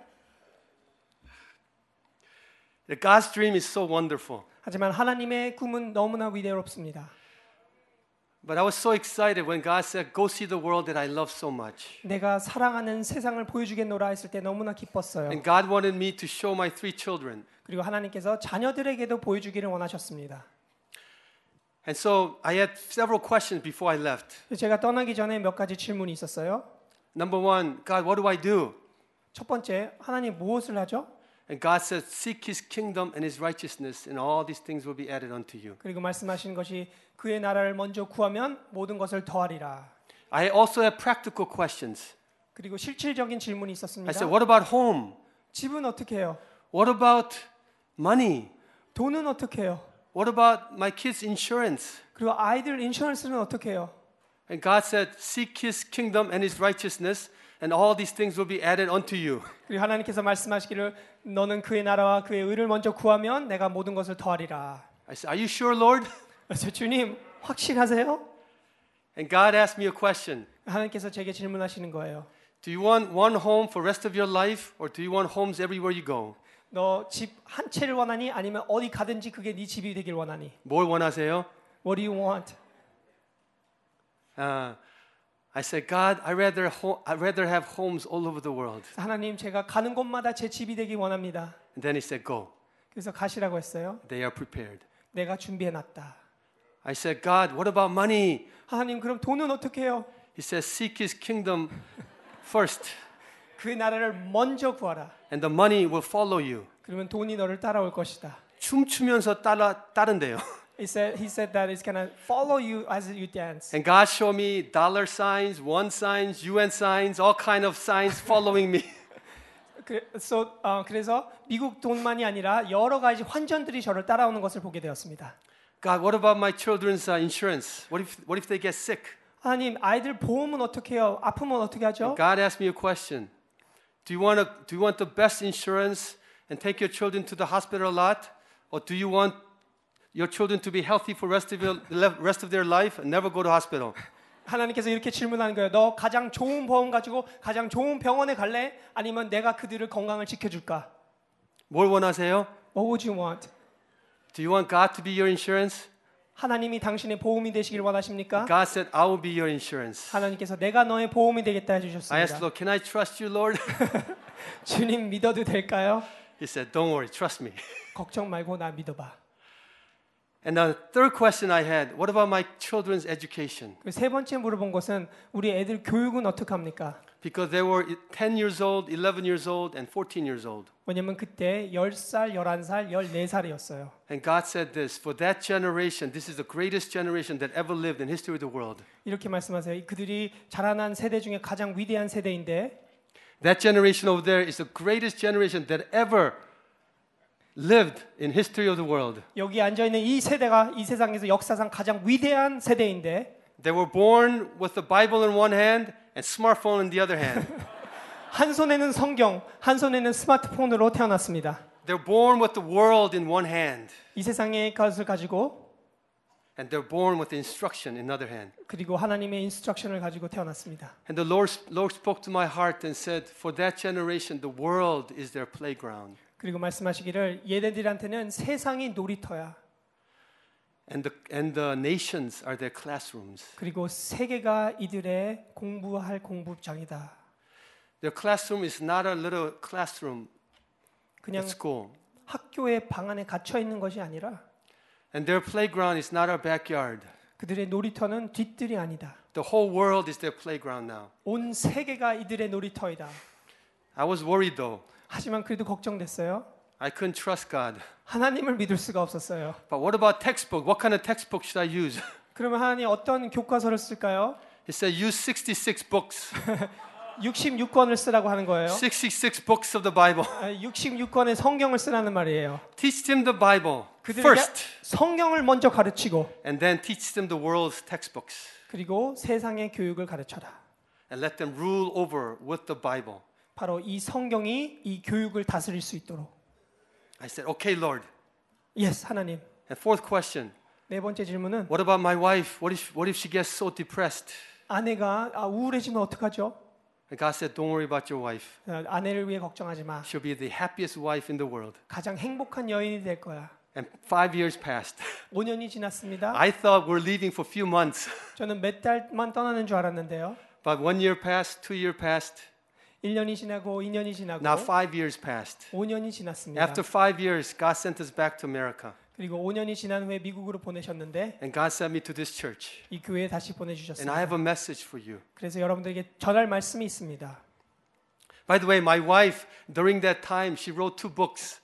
[SPEAKER 1] God's dream is so wonderful.
[SPEAKER 2] 하지만 하나님의 꿈은 너무나 위대롭습니다.
[SPEAKER 1] But I was so excited when God said, Go see the world that I love so much.
[SPEAKER 2] 내가 사랑하는 세상을 보여주겠노라 했을 때 너무나 기뻤어요.
[SPEAKER 1] And God wanted me to show my three children.
[SPEAKER 2] 그리고 하나님께서 자녀들에게도 보여주기를 원하셨습니다.
[SPEAKER 1] And so I had several questions before I left.
[SPEAKER 2] 제가 떠나기 전에 몇 가지 질문이 있었어요.
[SPEAKER 1] Number one, God, what do I do?
[SPEAKER 2] 첫 번째, 하나님 무엇을 하죠?
[SPEAKER 1] And God said, Seek his kingdom and his righteousness, and all these things will be added unto you.
[SPEAKER 2] 그리고 말씀하신 것이 그의 나라를 먼저 구하면 모든 것을 더하리라.
[SPEAKER 1] I also had practical questions.
[SPEAKER 2] 그리고 실질적인 질문이
[SPEAKER 1] I
[SPEAKER 2] 있었습니다.
[SPEAKER 1] said, What about home?
[SPEAKER 2] 집은 어떻게 해요?
[SPEAKER 1] What about money?
[SPEAKER 2] 돈은 어떻게 해요?
[SPEAKER 1] What about my kids' insurance?
[SPEAKER 2] 그리고 아이들 인슈런스는 어떻게 해요?
[SPEAKER 1] And God said, Seek his kingdom and his righteousness, and all these things will be added unto you.
[SPEAKER 2] 그리고 하나님께서 말씀하시기를 너는 그의 나라와 그의 의를 먼저 구하면 내가 모든 것을 더하리라.
[SPEAKER 1] I said, Are you sure, Lord?
[SPEAKER 2] 그래서 주님 확실하세요?
[SPEAKER 1] And God asked me a question
[SPEAKER 2] 하나님께서 제게 질문하시는 거예요.
[SPEAKER 1] Do you want one home for rest of your life, or do you want homes everywhere you go?
[SPEAKER 2] 너 집 한 채를 원하니 아니면 어디 가든지 그게 네 집이 되길 원하니?
[SPEAKER 1] 뭘 원하세요?
[SPEAKER 2] What do you want?
[SPEAKER 1] Uh, I said, God, I rather ho- I rather have homes all over the world.
[SPEAKER 2] 하나님 제가 가는 곳마다 제 집이 되기 원합니다.
[SPEAKER 1] And then He said, Go.
[SPEAKER 2] 그래서 가시라고 했어요.
[SPEAKER 1] They are prepared.
[SPEAKER 2] 내가 준비해 놨다.
[SPEAKER 1] I said, God, what about money?
[SPEAKER 2] 하나님 그럼 돈은 어떻게 해요?
[SPEAKER 1] He says, Seek His kingdom first,
[SPEAKER 2] 그 나라를 먼저 구하라.
[SPEAKER 1] and the money will follow you.
[SPEAKER 2] 그러면 돈이 너를 따라올 것이다.
[SPEAKER 1] 춤추면서 따라 따른대요.
[SPEAKER 2] He said, he said that it's gonna follow you as you dance.
[SPEAKER 1] And God showed me dollar signs, one signs, UN signs, all kind of signs following me.
[SPEAKER 2] 그래서 어, 그래서 미국 돈만이 아니라 여러 가지 환전들이 저를 따라오는 것을 보게 되었습니다.
[SPEAKER 1] God, what about my children's uh, insurance? What if what if they get sick?
[SPEAKER 2] 하나님 아이들 보험은 어떻게 해요? 아프면 어떻게 하죠?
[SPEAKER 1] God asked me a question. Do you want to do you want the best insurance and take your children to the hospital a lot, or do you want your children to be healthy for rest of your, le- rest of their life and never go to hospital?
[SPEAKER 2] 하나님께서 이렇게 질문하는 거예요. 너 가장 좋은 보험 가지고 가장 좋은 병원에 갈래? 아니면 내가 그들을 건강을 지켜줄까?
[SPEAKER 1] 뭘 원하세요?
[SPEAKER 2] What would you want?
[SPEAKER 1] oh, Do you want God to be your insurance?
[SPEAKER 2] 하나님이 당신의 보험이 되시길 원하십니까?
[SPEAKER 1] God said, I will be your insurance.
[SPEAKER 2] 하나님께서 내가 너의 보험이 되겠다
[SPEAKER 1] I asked,
[SPEAKER 2] 해주셨습니다.
[SPEAKER 1] Lord, can I trust you, Lord?
[SPEAKER 2] 주님 믿어도 될까요?
[SPEAKER 1] He said, Don't worry, trust me.
[SPEAKER 2] 걱정 말고 나 믿어봐.
[SPEAKER 1] And the third question I had, what about my children's education?
[SPEAKER 2] 그리고 세 번째 물어본 것은 우리 애들 교육은 어떻게 합니까?
[SPEAKER 1] Because they were 10 years old, 11 years old, and 14 years old.
[SPEAKER 2] 왜냐면 그때 10살, 11살, 14살이었어요.
[SPEAKER 1] And God said this For that generation, this is the greatest generation that ever lived in history of the world.
[SPEAKER 2] 이렇게 말씀하세요. 그들이 자라난 세대 중에 가장 위대한 세대인데
[SPEAKER 1] That generation over there is the greatest generation that ever lived in history of the world.
[SPEAKER 2] 여기 앉아 있는 이 세대가 이 세상에서 역사상 가장 위대한 세대인데
[SPEAKER 1] They were born with the Bible in one hand and smartphone in the other hand.
[SPEAKER 2] 한 손에는 성경, 한 손에는 스마트폰으로 태어났습니다.
[SPEAKER 1] they're born with the world in one hand,
[SPEAKER 2] 이 세상의 것을 가지고
[SPEAKER 1] and they're born with instruction in another hand.
[SPEAKER 2] 그리고 하나님의 인스트럭션을 가지고 태어났습니다.
[SPEAKER 1] And the Lord, Lord spoke to my heart and said, For that generation, the world is their playground,
[SPEAKER 2] 그리고 말씀하시기를 얘네들한테는 세상이 놀이터야.
[SPEAKER 1] and the, and the nations are their classrooms.
[SPEAKER 2] 그리고 세계가 이들의 공부할 공부장이다.
[SPEAKER 1] Their classroom is not a little classroom
[SPEAKER 2] 그냥
[SPEAKER 1] at school,
[SPEAKER 2] 학교의 방 안에 갇혀 있는 것이 아니라
[SPEAKER 1] and their playground is not our backyard.
[SPEAKER 2] 그들의 놀이터는 뒷뜰이 아니다.
[SPEAKER 1] The whole world is their playground now.
[SPEAKER 2] 온 세계가 이들의 놀이터이다.
[SPEAKER 1] I was worried though.
[SPEAKER 2] 하지만 그래도 걱정됐어요.
[SPEAKER 1] I couldn't trust God.
[SPEAKER 2] 하나님을 믿을 수가 없었어요.
[SPEAKER 1] But what about textbook? What kind of textbook should I use?
[SPEAKER 2] 그러면 하나님 어떤 교과서를 쓸까요?
[SPEAKER 1] He said, use 66 books.
[SPEAKER 2] 66권을 쓰라고 하는 거예요.
[SPEAKER 1] 66 books of the Bible.
[SPEAKER 2] 아, 66권의 성경을 쓰라는 말이에요.
[SPEAKER 1] Teach them the Bible
[SPEAKER 2] 그들에게
[SPEAKER 1] first,
[SPEAKER 2] 성경을 먼저 가르치고
[SPEAKER 1] and then teach them the world's textbooks,
[SPEAKER 2] 그리고 세상의 교육을 가르쳐라.
[SPEAKER 1] and let them rule over with the Bible.
[SPEAKER 2] 바로 이 성경이 이 교육을 다스릴 수 있도록.
[SPEAKER 1] I said, Okay, Lord.
[SPEAKER 2] 예스 하나님.
[SPEAKER 1] And fourth question
[SPEAKER 2] 네 번째 질문은
[SPEAKER 1] What about my wife? What if, what if she gets so depressed?
[SPEAKER 2] 아내가 아, 우울해지면 어떡하죠?
[SPEAKER 1] And God said, Don't worry about your wife.
[SPEAKER 2] 아, 아내를 위해 걱정하지 마.
[SPEAKER 1] She'll be the happiest wife in the world.
[SPEAKER 2] 가장 행복한 여인이 될 거야.
[SPEAKER 1] And five years passed.
[SPEAKER 2] 5년이 지났습니다.
[SPEAKER 1] I thought we're leaving for a few months,
[SPEAKER 2] 저는 몇 달만 떠나는 줄 알았는데요.
[SPEAKER 1] but one year passed, two year passed,
[SPEAKER 2] 1년이 지나고 2년이 지나고
[SPEAKER 1] now five years passed.
[SPEAKER 2] 5년이 지났습니다.
[SPEAKER 1] After five years, God sent us back to America,
[SPEAKER 2] 그리고 5년이 지난 후에 미국으로 보내셨는데
[SPEAKER 1] and God sent me to this church.
[SPEAKER 2] 이 교회에
[SPEAKER 1] And
[SPEAKER 2] 다시
[SPEAKER 1] I
[SPEAKER 2] 보내주셨습니다.
[SPEAKER 1] have a message for you.
[SPEAKER 2] 그래서 여러분들에게 전할 말씀이 있습니다.
[SPEAKER 1] By the way, my wife, during that time, she wrote two books.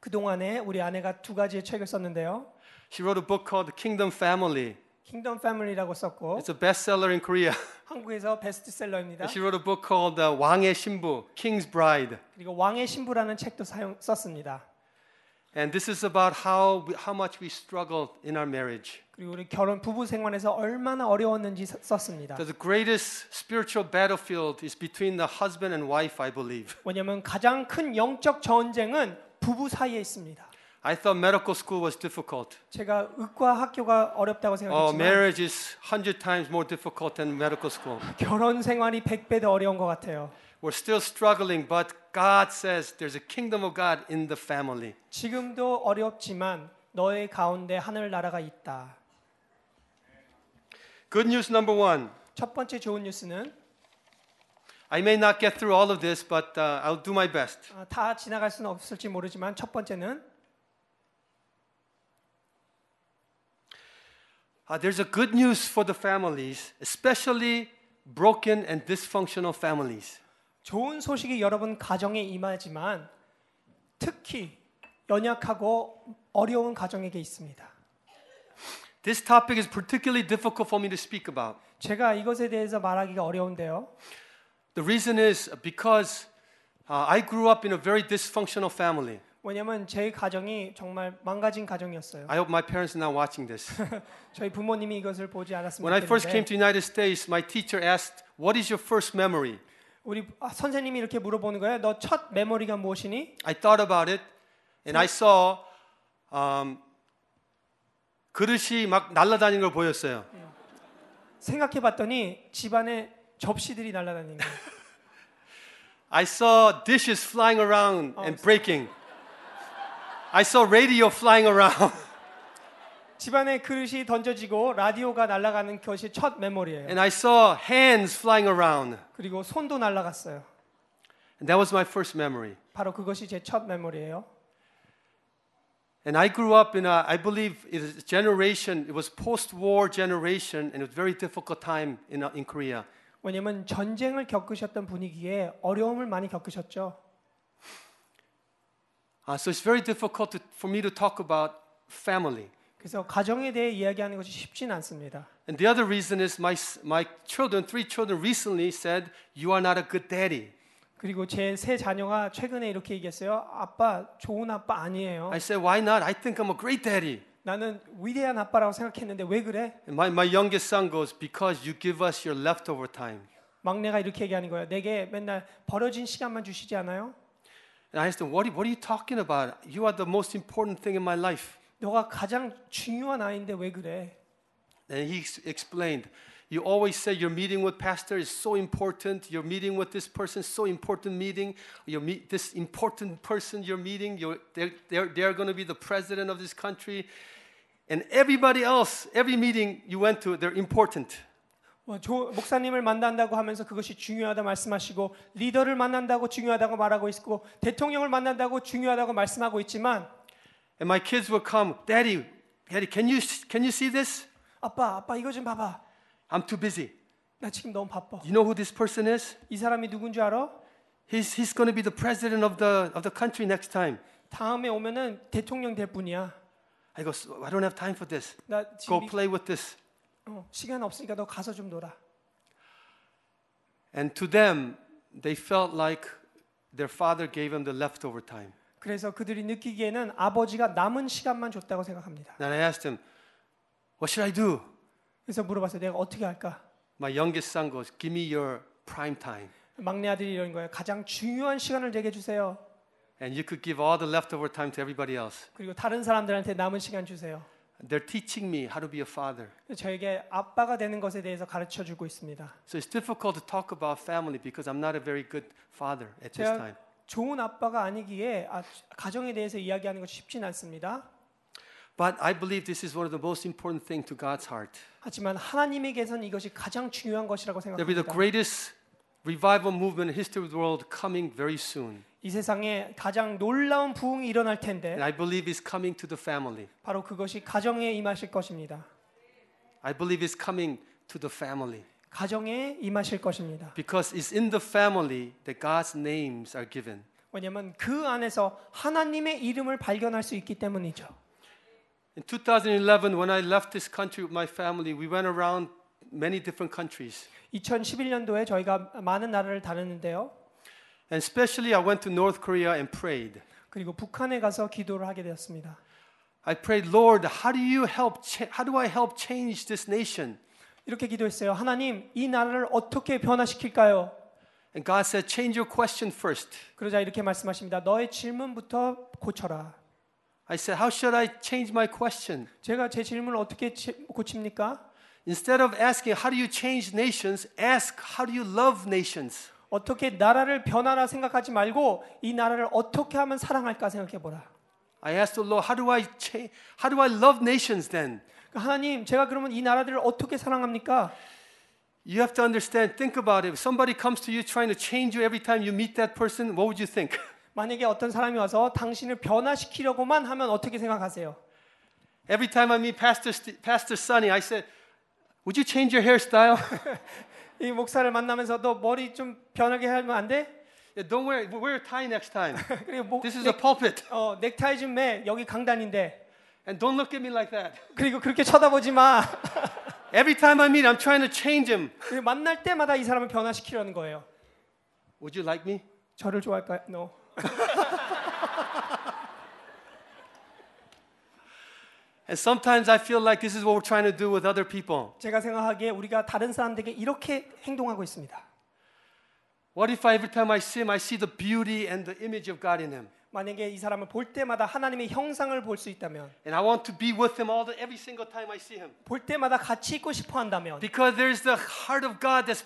[SPEAKER 2] 그동안에 우리 아내가 두 가지의 책을 썼는데요.
[SPEAKER 1] She wrote a book called The Kingdom Family.
[SPEAKER 2] 킹덤 패밀리라고 썼고
[SPEAKER 1] It's a bestseller in Korea.
[SPEAKER 2] 한국에서 베스트셀러입니다.
[SPEAKER 1] And she wrote a book called uh, 왕의 신부, King's Bride.
[SPEAKER 2] 그리고 왕의 신부라는 책도 사용, 썼습니다.
[SPEAKER 1] And this is about how, we, how much we struggled in our marriage.
[SPEAKER 2] 그리고 우리 결혼 부부 생활에서 얼마나 어려웠는지 써- 썼습니다.
[SPEAKER 1] So the greatest spiritual battlefield is between the husband and wife, I believe.
[SPEAKER 2] 왜냐하면 가장 큰 영적 전쟁은 부부 사이에 있습니다.
[SPEAKER 1] I thought medical school was difficult.
[SPEAKER 2] 제가 의과 학교가 어렵다고
[SPEAKER 1] Oh,
[SPEAKER 2] 생각했지만
[SPEAKER 1] marriage is 100 times more difficult than medical school.
[SPEAKER 2] 결혼 생활이 100배 더 어려운 것 같아요.
[SPEAKER 1] We're still struggling, but God says there's a kingdom of God in the family.
[SPEAKER 2] 지금도 어렵지만 너의 가운데 하늘 나라가 있다.
[SPEAKER 1] Good news number one.
[SPEAKER 2] 첫 번째 좋은 뉴스는
[SPEAKER 1] I may not get through all of this, but uh, I'll do my best.
[SPEAKER 2] 아, 다 지나갈 수는 없을지 모르지만 첫 번째는
[SPEAKER 1] Uh, there's a good news for the families, especially broken and dysfunctional families.
[SPEAKER 2] 좋은 소식이 여러분 가정에 임하지만 특히 연약하고 어려운 가정에게 있습니다.
[SPEAKER 1] This topic is particularly difficult for me to speak about.
[SPEAKER 2] 제가 이것에 대해서 말하기가 어려운데요.
[SPEAKER 1] The reason is because uh, I grew up in a very dysfunctional family.
[SPEAKER 2] 왜냐면 제 가정이 정말 망가진 가정이었어요.
[SPEAKER 1] I hope my parents are not watching this.
[SPEAKER 2] 저희 부모님이 이것을 보지
[SPEAKER 1] When I
[SPEAKER 2] 않았으면
[SPEAKER 1] first came
[SPEAKER 2] 좋겠는데
[SPEAKER 1] to United States, my teacher asked, "What is your first memory?"
[SPEAKER 2] 우리 아, 선생님이 이렇게 물어보는 거예요. 너 첫 메모리가 무엇이니?
[SPEAKER 1] I thought about it, and I saw um, 그릇이 막 날아다니는 걸 보였어요.
[SPEAKER 2] 생각해 봤더니 집안에 접시들이 날아다니는 거예요.
[SPEAKER 1] I saw dishes flying around and breaking. I saw radio flying around,
[SPEAKER 2] 집안에 그릇이 던져지고 라디오가 날아가는 것이 첫 메모리예요.
[SPEAKER 1] and I saw hands flying around.
[SPEAKER 2] 그리고 손도 날아갔어요.
[SPEAKER 1] And that was my first memory.
[SPEAKER 2] 바로 그것이 제 첫 메모리예요.
[SPEAKER 1] And I grew up in a, I believe, it is a generation. It was post-war generation, and it was a very difficult time in, uh, in Korea.
[SPEAKER 2] 왜냐면 전쟁을 겪으셨던 분위기에 어려움을 많이 겪으셨죠.
[SPEAKER 1] Uh, so it's very difficult to, for me to talk about family.
[SPEAKER 2] 그래서 가정에 대해 이야기하는 것이 쉽진 않습니다.
[SPEAKER 1] And the other reason is my, s- my children, three children recently said, You are not a good daddy.
[SPEAKER 2] 그리고 제 세 자녀가 최근에 이렇게 얘기했어요. 아빠 좋은 아빠 아니에요.
[SPEAKER 1] I said, Why not? I think I'm a great daddy.
[SPEAKER 2] 나는 위대한 아빠라고 생각했는데 왜 그래?
[SPEAKER 1] And my, my youngest son goes, Because you give us your leftover time.
[SPEAKER 2] 막내가 이렇게 얘기하는 거예요. 내게 맨날 버려진 시간만 주시지 않아요?
[SPEAKER 1] And I asked him, What are, what are you talking about? You are the most important thing in my life.
[SPEAKER 2] 너가 가장 중요한 아이인데 왜 그래?
[SPEAKER 1] And he ex- explained, You always say your meeting with pastor is so important. Your meeting with this person, so important meeting. Your meet this important person you're meeting. You're, they're they're, they're going to be the president of this country. And everybody else, every meeting you went to, they're important.
[SPEAKER 2] 뭐 조- 목사님을 만난다고 하면서 그것이 중요하다 말씀하시고 리더를 만난다고 중요하다고 말하고 있고 대통령을 만난다고 중요하다고 말씀하고 있지만
[SPEAKER 1] And my kids would come, Daddy, Daddy, can you, s- can you see this?
[SPEAKER 2] 아빠 아빠 이거 좀 봐봐
[SPEAKER 1] I'm too busy.
[SPEAKER 2] 나 지금 너무 바빠
[SPEAKER 1] You know who this person is?
[SPEAKER 2] 이 사람이 누군 줄 알아?
[SPEAKER 1] He's, he's going to be the president of the, of the country next time.
[SPEAKER 2] 다음에 오면은 대통령 될 뿐이야
[SPEAKER 1] I go, "So I don't have time for this.
[SPEAKER 2] 나
[SPEAKER 1] Go
[SPEAKER 2] 지금 이-
[SPEAKER 1] play with this.
[SPEAKER 2] 어, 시간 없으니까 너 가서 좀 놀아
[SPEAKER 1] And to them, they felt like their father gave them the leftover time.
[SPEAKER 2] 그래서 그들이 느끼기에는 아버지가 남은 시간만 줬다고 생각합니다
[SPEAKER 1] And I asked him, What should I do?
[SPEAKER 2] 그래서 물어봤어요 내가 어떻게 할까?
[SPEAKER 1] My youngest son goes, Give me your prime time.
[SPEAKER 2] 막내 아들이 이런 거예요 가장 중요한 시간을 내게 주세요
[SPEAKER 1] And you could give all the leftover time to everybody else.
[SPEAKER 2] 그리고 다른 사람들한테 남은 시간 주세요
[SPEAKER 1] They're teaching me how to be a father.
[SPEAKER 2] 저에게 아빠가 되는 것에 대해서 가르쳐 주고 있습니다.
[SPEAKER 1] So it's difficult to talk about family because I'm not a very good father at this
[SPEAKER 2] Yeah.
[SPEAKER 1] time.
[SPEAKER 2] 좋은 아빠가 아니기에 아, 가정에 대해서 이야기하는 것이 쉽진 않습니다.
[SPEAKER 1] But I believe this is one of the most important things to God's heart.
[SPEAKER 2] 하지만 하나님에게선 이것이 가장 중요한 것이라고
[SPEAKER 1] There'll be the
[SPEAKER 2] 생각합니다.
[SPEAKER 1] greatest revival movement in history of the world coming very soon.
[SPEAKER 2] 이 세상에 가장 놀라운 부흥이 일어날
[SPEAKER 1] And
[SPEAKER 2] 텐데
[SPEAKER 1] I believe it's coming to the family.
[SPEAKER 2] 바로 그것이 가정에 임하실 것입니다.
[SPEAKER 1] I believe it's coming to the family
[SPEAKER 2] 가정에 임하실 것입니다.
[SPEAKER 1] because it's in the family that God's names are given.
[SPEAKER 2] 왜냐하면 그 안에서 하나님의 이름을 발견할 수 있기 때문이죠.
[SPEAKER 1] In 2011, when I left this country with my family, we went around many different countries.
[SPEAKER 2] 2011년도에 저희가 많은 나라를 다녔는데요.
[SPEAKER 1] And especially, I went to North Korea and prayed.
[SPEAKER 2] 그리고 북한에 가서 기도를 하게 되었습니다.
[SPEAKER 1] I prayed, Lord, how do you help? Cha- how do I help change this nation?
[SPEAKER 2] 이렇게 기도했어요. 하나님, 이 나라를 어떻게 변화시킬까요?
[SPEAKER 1] And God said, change your question first.
[SPEAKER 2] 그러자 이렇게 말씀하십니다. 너의 질문부터 고쳐라.
[SPEAKER 1] I said, how should I change my question?
[SPEAKER 2] 제가 제 질문을 어떻게 치- 고칩니까?
[SPEAKER 1] Instead of asking, how do you change nations? Ask, how do you love nations?
[SPEAKER 2] 어떻게 나라를 변화라 생각하지 말고 이 나라를 어떻게 하면 사랑할까 생각해 보라.
[SPEAKER 1] I asked the Lord, how do I cha- how do I love nations then?
[SPEAKER 2] 그러니까 하나님, 제가 그러면 이 나라들을 어떻게 사랑합니까?
[SPEAKER 1] You have to understand, think about it. If somebody comes to you trying to change you every time you meet that person, what would you think?
[SPEAKER 2] 만약에 어떤 사람이 와서 당신을 변화시키려고만 하면 어떻게 생각하세요?
[SPEAKER 1] Every time I meet Pastor, St- Pastor Sonny, I said, Would you change your hairstyle?
[SPEAKER 2] 이 목사를 만나면서도 머리 좀 변하게 하면 안 돼?
[SPEAKER 1] Yeah, don't wear, wear a tie next time.
[SPEAKER 2] 그리고 목,
[SPEAKER 1] This is a
[SPEAKER 2] 넥,
[SPEAKER 1] pulpit.
[SPEAKER 2] 어, 넥타이 좀 매. 여기 강단인데.
[SPEAKER 1] And don't look at me like that.
[SPEAKER 2] 그리고 그렇게 쳐다보지 마.
[SPEAKER 1] Every time I meet, I'm trying to change him.
[SPEAKER 2] 그리고 만날 때마다 이 사람을 변화시키려는 거예요.
[SPEAKER 1] Would you like me?
[SPEAKER 2] 저를 좋아할까요? No.
[SPEAKER 1] And sometimes I feel like this is what we're trying to do with other people.
[SPEAKER 2] 제가 생각하기에 우리가 다른 사람들에게 이렇게 행동하고 있습니다.
[SPEAKER 1] What if I, every time I see him, I see the beauty and the image of God in him?
[SPEAKER 2] 만약에 이 사람을 볼 때마다 하나님의 형상을 볼 수 있다면,
[SPEAKER 1] And I want to be with him all the, every single time I see him.
[SPEAKER 2] 볼 때마다 같이 있고 싶어 한다면,
[SPEAKER 1] Because there's the heart of God that's,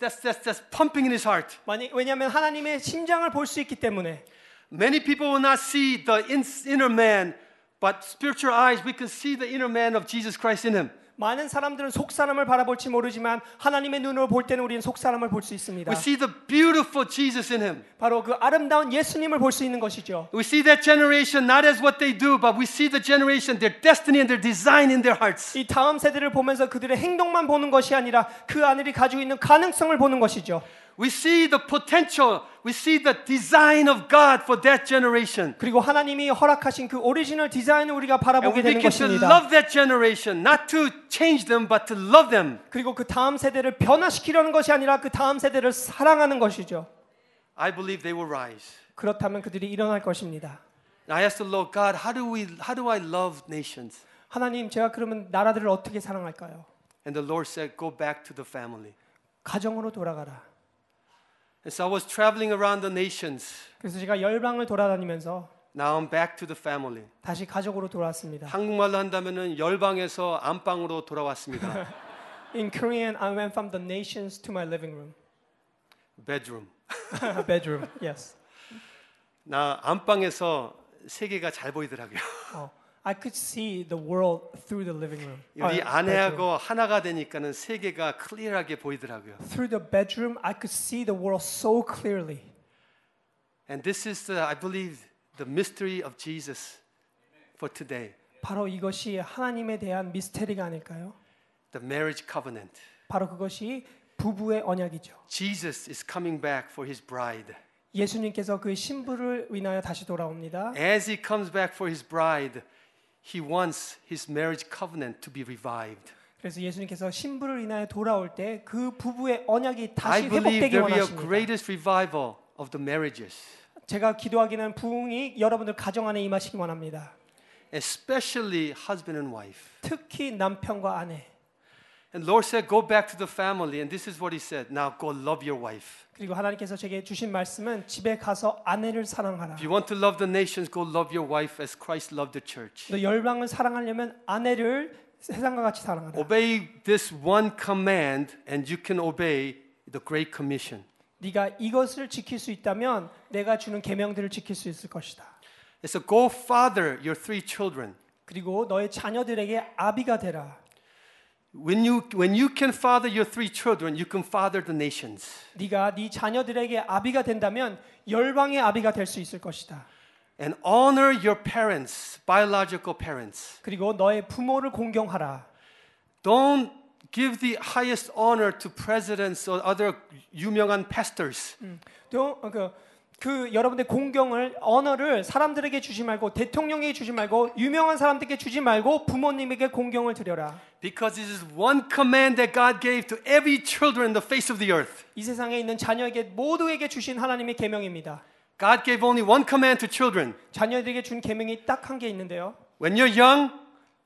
[SPEAKER 1] that's, that's, that's pumping in his heart.
[SPEAKER 2] 만약, 왜냐하면 하나님의 심장을 볼 수 있기 때문에
[SPEAKER 1] Many people will not see the in, inner man, but spiritual eyes, we can see the inner man of Jesus Christ in him.
[SPEAKER 2] 많은 사람들은 속 사람을 바라볼지 모르지만 하나님의 눈으로 볼 때는 우리는 속 사람을 볼 수 있습니다.
[SPEAKER 1] We see the beautiful Jesus in him.
[SPEAKER 2] 바로 그 아름다운 예수님을 볼 수 있는 것이죠.
[SPEAKER 1] We see that generation not as what they do, but we see the generation, their destiny and their design in their hearts.
[SPEAKER 2] 이 다음 세대를 보면서 그들의 행동만 보는 것이 아니라 그 아들이 가지고 있는 가능성을 보는 것이죠.
[SPEAKER 1] We see the potential. We see the design of God for that generation.
[SPEAKER 2] 그리고 하나님이 허락하신 그 오리지널 디자인을 우리가
[SPEAKER 1] And
[SPEAKER 2] 바라보게
[SPEAKER 1] we
[SPEAKER 2] 되는
[SPEAKER 1] begin to
[SPEAKER 2] 것입니다.
[SPEAKER 1] love that generation, not to change them, but to love them.
[SPEAKER 2] 그리고 그 다음 세대를 변화시키려는 것이 아니라 그 다음 세대를 사랑하는 것이죠.
[SPEAKER 1] I believe they will rise.
[SPEAKER 2] 그렇다면 그들이 일어날 것입니다.
[SPEAKER 1] And I asked the Lord, God, how do we how do I love nations?
[SPEAKER 2] 하나님, 제가 그러면 나라들을 어떻게 사랑할까요?
[SPEAKER 1] And the Lord said, Go back to the family.
[SPEAKER 2] 가정으로 돌아가라.
[SPEAKER 1] And so I was traveling around the nations.
[SPEAKER 2] 그래서 제가 열방을 돌아다니면서
[SPEAKER 1] Now I'm back to the family.
[SPEAKER 2] 다시 가족으로 돌아왔습니다.
[SPEAKER 1] 한국말로 한다면은 열방에서 안방으로 돌아왔습니다.
[SPEAKER 2] In Korean, I went from the nations to my living room,
[SPEAKER 1] bedroom.
[SPEAKER 2] bedroom. Yes.
[SPEAKER 1] 나 안방에서 세계가 잘 보이더라고요.
[SPEAKER 2] 어, I could see the world through the living room.
[SPEAKER 1] 우리
[SPEAKER 2] 아, bedroom.
[SPEAKER 1] 아내하고 하나가 되니까는 세계가 클리어하게 보이더라고요.
[SPEAKER 2] Through the bedroom, I could see the world so clearly.
[SPEAKER 1] And this is the, I believe, the mystery of Jesus for today,
[SPEAKER 2] 바로 이것이 하나님에 대한 미스테리가 아닐까요?
[SPEAKER 1] the marriage covenant.
[SPEAKER 2] 바로 그것이 부부의 언약이죠.
[SPEAKER 1] Jesus is coming back for his bride.
[SPEAKER 2] 예수님께서 그 신부를 위하여 다시 돌아옵니다.
[SPEAKER 1] As he comes back for his bride, he wants his marriage covenant to be revived.
[SPEAKER 2] 그래서 예수님께서 신부를 위하여 돌아올 때 그 부부의 언약이
[SPEAKER 1] I
[SPEAKER 2] 다시
[SPEAKER 1] believe
[SPEAKER 2] 회복되기
[SPEAKER 1] there will be a
[SPEAKER 2] 원하십니다.
[SPEAKER 1] greatest revival of the marriages,
[SPEAKER 2] 제가 기도하기는 부흥이 여러분들 가정 안에 임하시기 원합니다.
[SPEAKER 1] especially husband and wife.
[SPEAKER 2] 특히 남편과 아내
[SPEAKER 1] And Lord said, Go back to the family. And this is what He said. Now go love your wife.
[SPEAKER 2] 그리고 하나님께서 제게 주신 말씀은 집에 가서 아내를 사랑하라.
[SPEAKER 1] If you want to love the nations, go love your wife as Christ loved the church.
[SPEAKER 2] 너 열방을 사랑하려면 아내를 세상과 같이 사랑하라.
[SPEAKER 1] Obey this one command, and you can obey the Great Commission.
[SPEAKER 2] 네가 이것을 지킬 수 있다면 내가 주는 계명들을 지킬 수 있을 것이다.
[SPEAKER 1] It's a go father your three children.
[SPEAKER 2] 그리고 너의 자녀들에게 아비가 되라.
[SPEAKER 1] When you, when you can father your three children, you can father the nations.
[SPEAKER 2] 네가 네 자녀들에게 아비가 된다면 열방의 아비가 될 수 있을 것이다.
[SPEAKER 1] And honor your parents, biological parents.
[SPEAKER 2] 그리고 너의 부모를 공경하라.
[SPEAKER 1] Don't give the highest honor to presidents or other 유명한 pastors.
[SPEAKER 2] 또 어, 그, 그 여러분의 공경을 언어를 사람들에게 주지 말고 대통령에게 주지 말고 유명한 사람들에게 주지 말고 부모님에게 공경을 드려라.
[SPEAKER 1] Because this is one command that God gave to every children on the face of the earth.
[SPEAKER 2] 이 세상에 있는 자녀에게 모두에게 주신 하나님의 계명입니다.
[SPEAKER 1] God gave only one command to children.
[SPEAKER 2] 자녀들에게 준 계명이 딱 한 게 있는데요.
[SPEAKER 1] When you're young,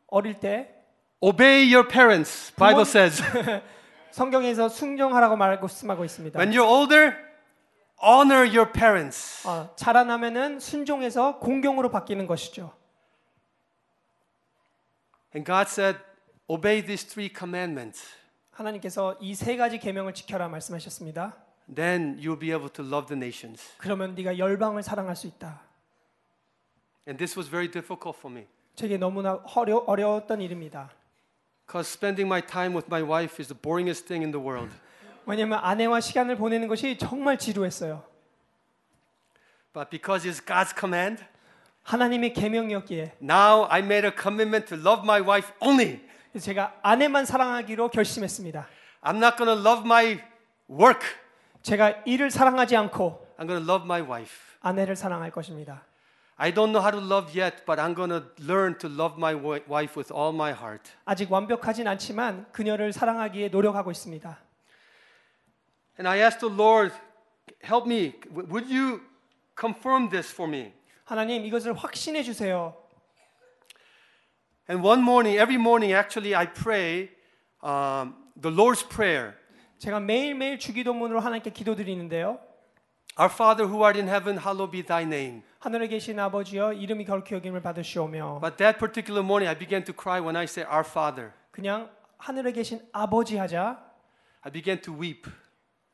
[SPEAKER 2] 어릴 때
[SPEAKER 1] obey your parents, Bible
[SPEAKER 2] 부모-
[SPEAKER 1] says.
[SPEAKER 2] 성경에서 순종하라고 말씀하고 있습니다.
[SPEAKER 1] when you're older, honor your parents.
[SPEAKER 2] 어, 자라나면은 순종에서 공경으로 바뀌는 것이죠.
[SPEAKER 1] And God said, obey these three commandments.
[SPEAKER 2] 하나님께서 이 세 가지 계명을 지켜라 말씀하셨습니다.
[SPEAKER 1] Then you'll be able to love the nations.
[SPEAKER 2] 그러면 네가 열방을 사랑할 수 있다.
[SPEAKER 1] And this was very difficult for me.
[SPEAKER 2] 제게 너무나 어려, 어려웠던 일입니다.
[SPEAKER 1] Because spending my time with my wife is the boringest thing in the world.
[SPEAKER 2] 왜냐하면 아내와 시간을 보내는 것이 정말 지루했어요.
[SPEAKER 1] But because it's God's command,
[SPEAKER 2] 하나님의 계명이었기에
[SPEAKER 1] now I made a commitment to love my wife only.
[SPEAKER 2] 그래서 제가 아내만 사랑하기로 결심했습니다.
[SPEAKER 1] I'm not going to love my work.
[SPEAKER 2] 제가 일을 사랑하지 않고
[SPEAKER 1] I'm going to love my wife.
[SPEAKER 2] 아내를 사랑할 것입니다.
[SPEAKER 1] I don't know how to love yet, but I'm going to learn to love my wi- wife with all my heart.
[SPEAKER 2] 아직 완벽하진 않지만 그녀를 사랑하기에 노력하고 있습니다.
[SPEAKER 1] And I asked the Lord, help me. W- Would you confirm this for me?
[SPEAKER 2] 하나님 이것을 확신해 주세요.
[SPEAKER 1] And one morning, every morning, actually, I pray um, the Lord's Prayer.
[SPEAKER 2] 제가 매일매일 주기도문으로 하나님께 기도드리는데요.
[SPEAKER 1] Our Father who art in heaven, hallowed be thy name.
[SPEAKER 2] 하늘에 계신 아버지여 이름이 거룩히 여김을 받으시오며
[SPEAKER 1] But that particular morning, I began to cry when I said, Our Father.
[SPEAKER 2] 그냥 하늘에 계신 아버지 하자
[SPEAKER 1] I began to weep.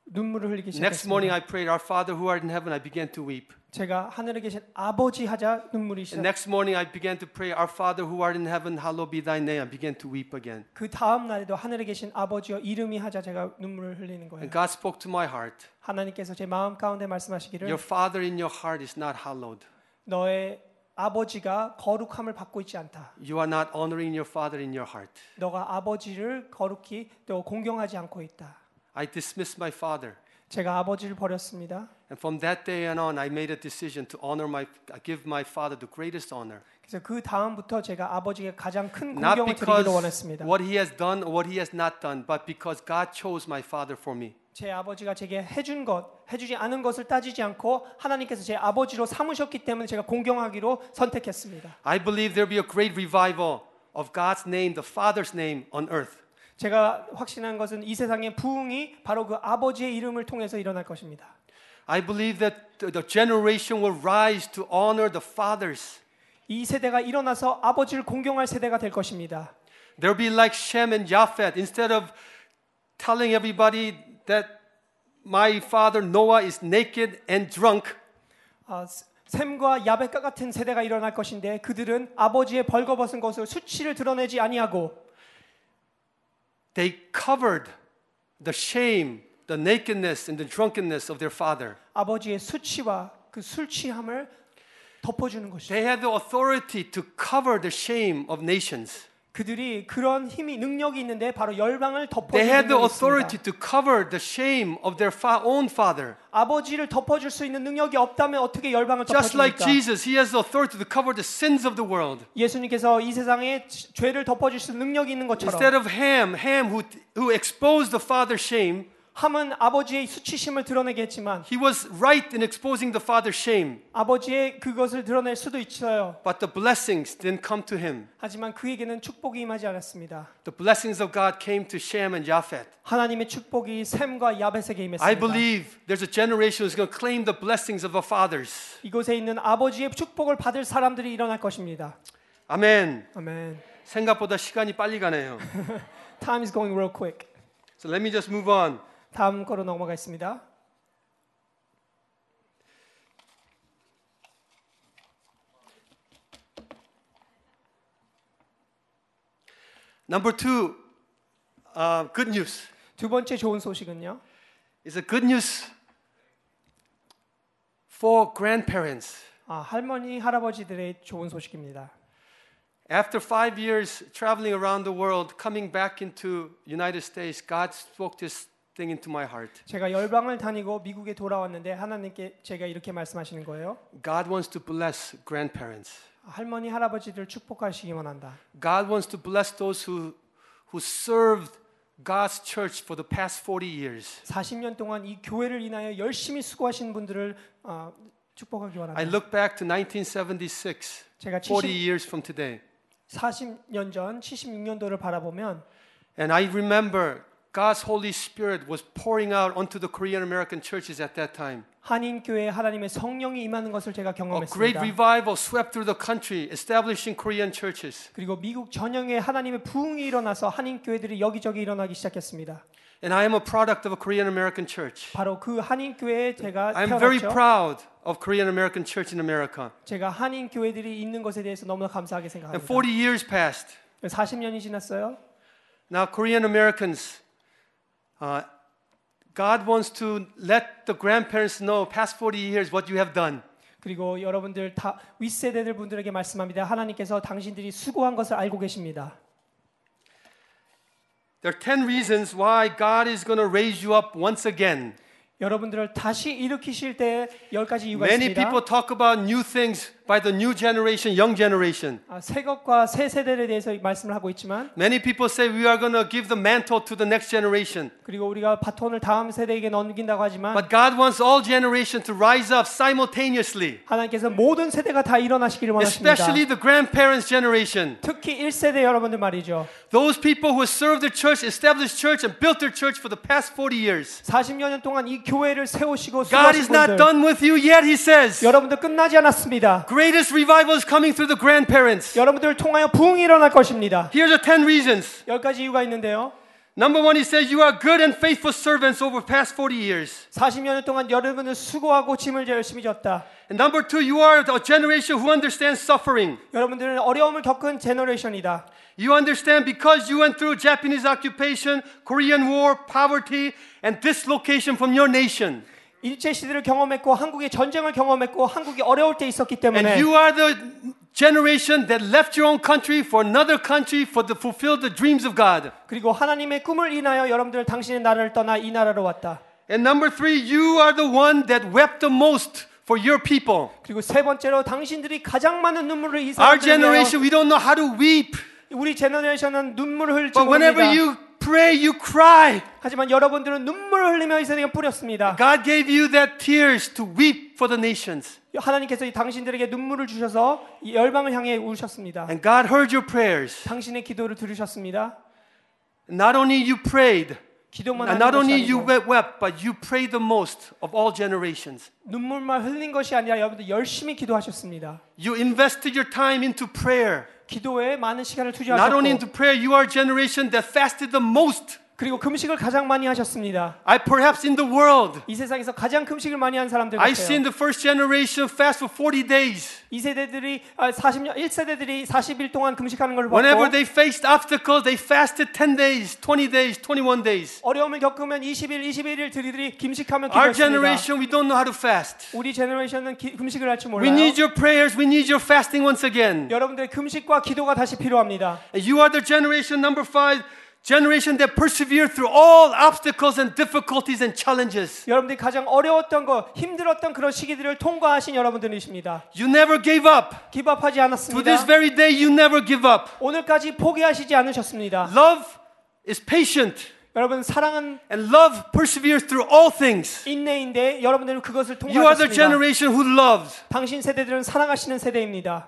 [SPEAKER 2] 눈물을 흘리기
[SPEAKER 1] Next morning,
[SPEAKER 2] 시작했습니다.
[SPEAKER 1] I prayed, Our Father who art in heaven, I began to weep.
[SPEAKER 2] 제가 하늘에 계신 아버지 하자 눈물이
[SPEAKER 1] And
[SPEAKER 2] 시작.
[SPEAKER 1] next morning, I began to pray, Our Father who art in heaven, hallowed be thy name. I began to weep again.
[SPEAKER 2] 그 다음 날에도 하늘에 계신 아버지여 이름이 하자 제가 눈물을 흘리는 거예요.
[SPEAKER 1] And God spoke to my heart,
[SPEAKER 2] 하나님께서 제 마음 가운데
[SPEAKER 1] Your
[SPEAKER 2] 말씀하시기를
[SPEAKER 1] Father in your heart is not hallowed.
[SPEAKER 2] 너의 아버지가 거룩함을 받고 있지 않다.
[SPEAKER 1] You are not honoring your Father in your heart.
[SPEAKER 2] 너가 아버지를 거룩히 또 공경하지 않고 있다.
[SPEAKER 1] I dismissed my Father.
[SPEAKER 2] 제가 아버지를 버렸습니다.
[SPEAKER 1] And from that day and on, I made a decision to honor my, give my father the greatest honor.
[SPEAKER 2] 그래서 그 다음부터 제가 아버지에게 가장 큰
[SPEAKER 1] Not
[SPEAKER 2] 공경을 드리기를
[SPEAKER 1] because
[SPEAKER 2] 원했습니다.
[SPEAKER 1] what he has done or what he has not done, but because God chose my father for me.
[SPEAKER 2] 제 아버지가 제게 해준 것, 해주지 않은 것을 따지지 않고 하나님께서 제 아버지로 삼으셨기 때문에 제가 공경하기로 선택했습니다.
[SPEAKER 1] I believe there'll be a great revival of God's name, the Father's name on earth.
[SPEAKER 2] 제가 확신한 것은 이 세상의 부흥이 바로 그 아버지의 이름을 통해서 일어날 것입니다.
[SPEAKER 1] I believe that th- the generation will rise to honor the fathers.
[SPEAKER 2] 이 세대가 일어나서 아버지를 공경할 세대가 될 것입니다.
[SPEAKER 1] They'll be like Shem and Japheth. Instead of telling everybody that my father Noah is naked and drunk,
[SPEAKER 2] 아, 스- 샘과 야벳과 같은 세대가 일어날 것인데 그들은 아버지의 벌거벗은 것을 수치를 드러내지 아니하고
[SPEAKER 1] they covered the shame, the nakedness, and the drunkenness of their father.
[SPEAKER 2] 아버지의 수치와 그 술취함을 덮어주는 것이죠.
[SPEAKER 1] They had the authority to cover the shame of nations.
[SPEAKER 2] 그들이 그런 힘이 능력이 있는데 바로
[SPEAKER 1] They
[SPEAKER 2] 열방을 덮어주는
[SPEAKER 1] had the
[SPEAKER 2] 능력이
[SPEAKER 1] authority
[SPEAKER 2] 있습니다.
[SPEAKER 1] to cover the shame of their fa- own father.
[SPEAKER 2] 아버지를 덮어줄 수 있는 능력이 없다면 어떻게 열방을
[SPEAKER 1] Just like
[SPEAKER 2] 덮어줍니까?
[SPEAKER 1] Jesus, he has the authority to cover the sins of the world.
[SPEAKER 2] 예수님께서 이 세상에 지- 죄를 덮어줄 수 있는 능력이 있는 것처럼
[SPEAKER 1] Instead of Ham, Ham who, who exposed the father's shame,
[SPEAKER 2] 함은 아버지의 수치심을 드러내게 했지만
[SPEAKER 1] he was right in exposing the father's shame.
[SPEAKER 2] 아버지의 그것을 드러낼 수도 있어요.
[SPEAKER 1] But the blessings didn't come to him.
[SPEAKER 2] 하지만 그에게는 축복이 임하지 않았습니다.
[SPEAKER 1] The blessings of God came to Shem and Japheth.
[SPEAKER 2] 하나님의 축복이 샘과 야벳에게
[SPEAKER 1] I
[SPEAKER 2] 임했습니다.
[SPEAKER 1] believe there's a generation who's going to claim the blessings of our fathers.
[SPEAKER 2] 이곳에 있는 아버지의 축복을 받을 사람들이 일어날 것입니다.
[SPEAKER 1] Amen.
[SPEAKER 2] 아멘.
[SPEAKER 1] 생각보다 시간이 빨리 가네요.
[SPEAKER 2] Time is going real quick.
[SPEAKER 1] So let me just move on.
[SPEAKER 2] 다음 거로 넘어가겠습니다.
[SPEAKER 1] Number two, uh, good news.
[SPEAKER 2] 두 번째 좋은 소식은요.
[SPEAKER 1] It's a good news for grandparents.
[SPEAKER 2] 아, 할머니 할아버지들의 좋은 소식입니다.
[SPEAKER 1] After five years traveling around the world, coming back into United States, God spoke this thing into my heart.
[SPEAKER 2] 제가 열방을 다니고 미국에 돌아왔는데 하나님께 제가 이렇게 말씀하시는 거예요.
[SPEAKER 1] God wants to bless grandparents.
[SPEAKER 2] 할머니 할아버지들 축복하시기 원한다.
[SPEAKER 1] God wants to bless those who, who served God's church for the past 40 years.
[SPEAKER 2] 40년 동안 이 교회를 인하여 열심히 수고하신 분들을 아, 축복하기
[SPEAKER 1] I
[SPEAKER 2] 원한다.
[SPEAKER 1] look back to 1976,
[SPEAKER 2] 제가
[SPEAKER 1] 40
[SPEAKER 2] 70,
[SPEAKER 1] years from today.
[SPEAKER 2] 40년 전 76년도를 바라보면
[SPEAKER 1] And I remember God's Holy Spirit was pouring out onto the Korean American churches at that time.
[SPEAKER 2] 한인 교회에 하나님의 성령이 임하는 것을 제가
[SPEAKER 1] A Oh, great
[SPEAKER 2] 경험했습니다.
[SPEAKER 1] revival swept through the country, establishing Korean churches.
[SPEAKER 2] 그리고 미국 전역에 하나님의 부흥이 일어나서 한인 교회들이 여기저기 일어나기 시작했습니다.
[SPEAKER 1] And I am a product of a Korean American church.
[SPEAKER 2] 바로 그 한인 교회에 제가
[SPEAKER 1] I'm very
[SPEAKER 2] 태어났죠.
[SPEAKER 1] proud of Korean American church in America.
[SPEAKER 2] 제가 한인 교회들이 있는 것에 대해서 너무나 감사하게
[SPEAKER 1] And
[SPEAKER 2] 생각합니다.
[SPEAKER 1] 40 years passed.
[SPEAKER 2] 40년이 지났어요.
[SPEAKER 1] Now, Korean Americans, uh, God wants to let the grandparents know past 40 years what you have done.
[SPEAKER 2] 그리고 여러분들 다 윗세대들 분들에게 말씀합니다. 하나님께서 당신들이 수고한 것을 알고 계십니다.
[SPEAKER 1] There are 10 reasons why God is going to raise you up once again.
[SPEAKER 2] 여러분들을 다시 일으키실 때에 열 가지 이유가
[SPEAKER 1] Many
[SPEAKER 2] 있습니다.
[SPEAKER 1] people talk about new things by the new generation, young generation.
[SPEAKER 2] 아, 새 것과 새 세대에 대해서 말씀을 하고 있지만
[SPEAKER 1] Many people say we are going to give the mantle to the next generation.
[SPEAKER 2] 그리고 우리가 바톤을 다음 세대에게 넘긴다고 하지만
[SPEAKER 1] But God wants all generations to rise up simultaneously,
[SPEAKER 2] 하나님께서 모든 세대가 다 일어나시기를 원하십니다.
[SPEAKER 1] especially the grandparents' generation.
[SPEAKER 2] 특히 1세대 여러분들 말이죠.
[SPEAKER 1] Those people who served the church, established church, and built their church for the past 40 years.
[SPEAKER 2] 40여 년 동안 이 교회를 세우시고
[SPEAKER 1] God
[SPEAKER 2] 수고하신
[SPEAKER 1] is not
[SPEAKER 2] 분들
[SPEAKER 1] done with you yet, He says.
[SPEAKER 2] 여러분들 끝나지 않았습니다.
[SPEAKER 1] Greatest revival is coming through the grandparents.
[SPEAKER 2] 여러분들을 통하여 부흥이 일어날 것입니다.
[SPEAKER 1] Here's the 10 reasons.
[SPEAKER 2] 열 가지 이유가 있는데요.
[SPEAKER 1] Number one, He says, You are good and faithful servants over past 40 years.
[SPEAKER 2] 40여 년 동안 여러분을 수고하고 짐을 열심히 졌다.
[SPEAKER 1] And number two, you are a generation who understands suffering.
[SPEAKER 2] 여러분들은 어려움을 겪은 제너레이션이다.
[SPEAKER 1] You understand because you went through Japanese occupation, Korean War, poverty, and dislocation from your nation.
[SPEAKER 2] 일제 시대를 경험했고 한국의 전쟁을 경험했고 한국이 어려울 때 있었기
[SPEAKER 1] And
[SPEAKER 2] 때문에
[SPEAKER 1] you are the generation that left your own country for another country for to fulfill the dreams of God.
[SPEAKER 2] 그리고 하나님의 꿈을 인하여 여러분들 당신의 나라를 떠나 이 나라로 왔다.
[SPEAKER 1] And number three, you are the one that wept the most for your people.
[SPEAKER 2] 그리고 세 번째로 당신들이 가장 많은 눈물을 이
[SPEAKER 1] Our
[SPEAKER 2] 사람들에
[SPEAKER 1] generation, we don't know how to weep.
[SPEAKER 2] 우리 제너레이션은 눈물을 흘리지
[SPEAKER 1] But whenever
[SPEAKER 2] 모릅니다.
[SPEAKER 1] you pray, you cry.
[SPEAKER 2] 하지만 여러분들은 눈물을 흘리며 이 세상에 뿌렸습니다.
[SPEAKER 1] God gave you that tears to weep for the nations.
[SPEAKER 2] 하나님께서 이 당신들에게 눈물을 주셔서 이 열방을 향해 우셨습니다.
[SPEAKER 1] And God heard your prayers.
[SPEAKER 2] 당신의 기도를 들으셨습니다.
[SPEAKER 1] Not only you prayed,
[SPEAKER 2] 기도만
[SPEAKER 1] and
[SPEAKER 2] 하는
[SPEAKER 1] not
[SPEAKER 2] 것이
[SPEAKER 1] only you
[SPEAKER 2] 아니고
[SPEAKER 1] wept, wept, but you prayed the most of all generations.
[SPEAKER 2] 눈물만 흘린 것이 아니라 여러분들 열심히 기도하셨습니다.
[SPEAKER 1] You invested your time into prayer.
[SPEAKER 2] 기도에 많은 시간을
[SPEAKER 1] Not only into
[SPEAKER 2] 투자하셨고
[SPEAKER 1] prayer, you are a generation that fasted the most.
[SPEAKER 2] 그리고 금식을 가장 많이 하셨습니다.
[SPEAKER 1] I perhaps in the world.
[SPEAKER 2] 이 세상에서 가장 금식을 많이 한 사람들
[SPEAKER 1] I've seen
[SPEAKER 2] 같아요.
[SPEAKER 1] the first generation fast for 40 days.
[SPEAKER 2] 이 세대들이 아, 40년 1세대들이 40일 동안 금식하는 걸
[SPEAKER 1] Whenever
[SPEAKER 2] 봤고
[SPEAKER 1] they faced obstacles, they fasted 10 days, 20 days, 21 days.
[SPEAKER 2] 어려움을 겪으면 20일, 21일 들이들이 금식하며
[SPEAKER 1] Our
[SPEAKER 2] 기도했습니다.
[SPEAKER 1] generation, we don't know how to fast.
[SPEAKER 2] 우리 제너레이션은 기- 금식을 할 줄
[SPEAKER 1] We
[SPEAKER 2] 몰라요.
[SPEAKER 1] need your prayers. We need your fasting once again.
[SPEAKER 2] 여러분들의 금식과 기도가 다시 필요합니다.
[SPEAKER 1] And You are the generation number five, generation that persevered through all obstacles and difficulties and challenges.
[SPEAKER 2] 여러분들이 가장 어려웠던 거, 힘들었던 그런 시기들을 통과하신 여러분들이십니다.
[SPEAKER 1] You never gave up.
[SPEAKER 2] 기밥하지
[SPEAKER 1] To this
[SPEAKER 2] 않았습니다.
[SPEAKER 1] very day, you never give up.
[SPEAKER 2] 오늘까지 포기하시지 않으셨습니다.
[SPEAKER 1] Love is patient,
[SPEAKER 2] 여러분 사랑은
[SPEAKER 1] and love perseveres through all things.
[SPEAKER 2] 인내인데 여러분들은 그것을
[SPEAKER 1] You are the
[SPEAKER 2] 통과하셨습니다.
[SPEAKER 1] generation who loves.
[SPEAKER 2] 당신 세대들은 사랑하시는 세대입니다.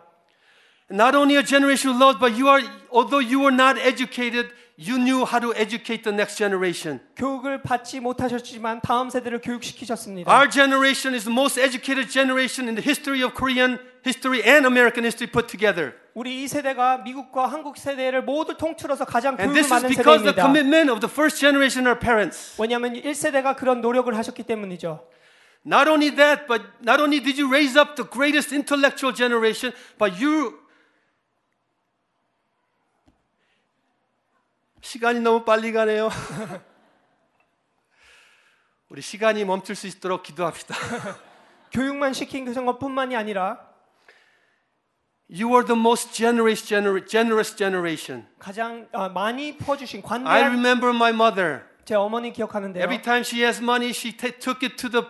[SPEAKER 1] Not only a generation who loves, but you are, although you were not educated, you knew how to educate the next generation.
[SPEAKER 2] 교육을 받지 못하셨지만 다음 세대를 교육시키셨습니다.
[SPEAKER 1] Our generation is the most educated generation in the history of Korean history and American history put together.
[SPEAKER 2] 우리 이 세대가 미국과 한국 세대를 모두 통틀어서 가장
[SPEAKER 1] And
[SPEAKER 2] 교육을
[SPEAKER 1] this is
[SPEAKER 2] 받는
[SPEAKER 1] because the
[SPEAKER 2] 세대입니다.
[SPEAKER 1] commitment of the first generation, our parents.
[SPEAKER 2] 왜냐하면 1세대가 그런 노력을 하셨기 때문이죠.
[SPEAKER 1] Not only that, but not only did you raise up the greatest intellectual generation, but you. 시간이 너무 빨리 가네요. 우리 시간이 멈출 수 있도록 기도합시다.
[SPEAKER 2] 교육만 시킨 것뿐만이 아니라
[SPEAKER 1] You are the most generous, gener- generous generation.
[SPEAKER 2] 가장 아, 많이 퍼주신
[SPEAKER 1] I
[SPEAKER 2] 관대한
[SPEAKER 1] remember my mother.
[SPEAKER 2] 제 어머니 기억하는데요.
[SPEAKER 1] Every time she has money, she ta- took it to the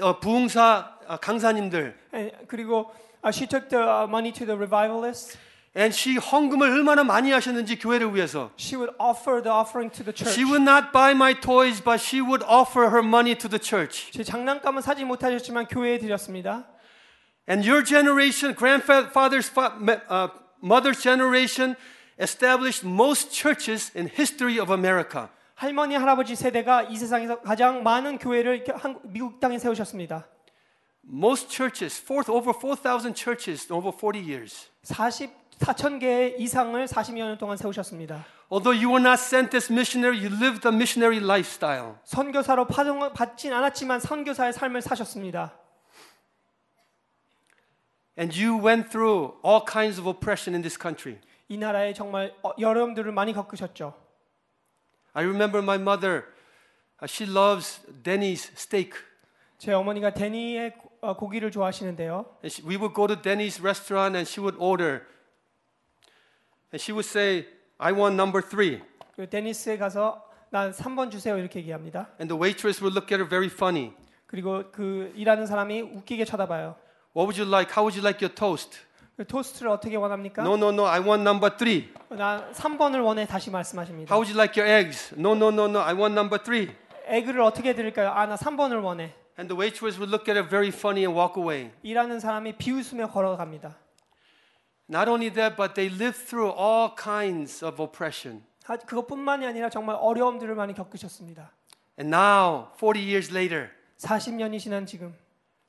[SPEAKER 1] uh, 부흥사 uh, 강사님들.
[SPEAKER 2] 에, 그리고 아, she took the uh, money to the revivalists.
[SPEAKER 1] And she 헌금을 얼마나 많이 하셨는지 교회를 위해서.
[SPEAKER 2] She would offer the offering to the
[SPEAKER 1] She
[SPEAKER 2] church.
[SPEAKER 1] would not buy my toys, but she would offer her money to the church.
[SPEAKER 2] 제 장난감은 사지 못하셨지만 교회에 드렸습니다.
[SPEAKER 1] And your generation, grandfather's fa- ma- uh, mother's generation, established most churches in history of America.
[SPEAKER 2] 할머니 할아버지 세대가 이 세상에서 가장 많은 교회를 이렇게 한국- 미국 땅에 세우셨습니다.
[SPEAKER 1] Most churches, fourth, over 4,000 churches in over 40 years.
[SPEAKER 2] 44천 개 이상을 40여 년 동안 세우셨습니다.
[SPEAKER 1] Although you were not sent as missionary, you lived a missionary lifestyle.
[SPEAKER 2] 선교사로 파송 받진 않았지만 선교사의 삶을 사셨습니다.
[SPEAKER 1] And you went through all kinds of oppression in this country.
[SPEAKER 2] 이 나라에 정말 어- 여러분들을 많이 겪으셨죠.
[SPEAKER 1] I remember my mother. uh, She loves Denny's steak.
[SPEAKER 2] 제 어머니가 데니의 고- 어, 고기를 좋아하시는데요.
[SPEAKER 1] And she, we would go to Denny's restaurant and she would order. And she would say, I want number three.
[SPEAKER 2] 그 데니스에 가서 난 3번 주세요 이렇게 얘기합니다.
[SPEAKER 1] And the waitress would look at her very funny.
[SPEAKER 2] 그리고 그 일하는 사람이 웃기게 쳐다봐요.
[SPEAKER 1] What would you like? How would you like your toast?
[SPEAKER 2] 그 토스트를 어떻게 원합니까?
[SPEAKER 1] No, no, no. I want number three.
[SPEAKER 2] 나 3번을 원해 다시 말씀하십니다.
[SPEAKER 1] How would you like your eggs? No, no, no, no. I want number three.
[SPEAKER 2] 에그를 어떻게 드릴까요? 아, 나 3번을 원해.
[SPEAKER 1] And the waitress would look at her very funny and walk away.
[SPEAKER 2] 일하는 사람이 비웃으며 걸어갑니다.
[SPEAKER 1] Not only that, but they lived through all kinds of oppression.
[SPEAKER 2] 하- 그것뿐만이 아니라 정말 어려움들을 많이 겪으셨습니다.
[SPEAKER 1] And now, 40 years later,
[SPEAKER 2] 40년이 지난 지금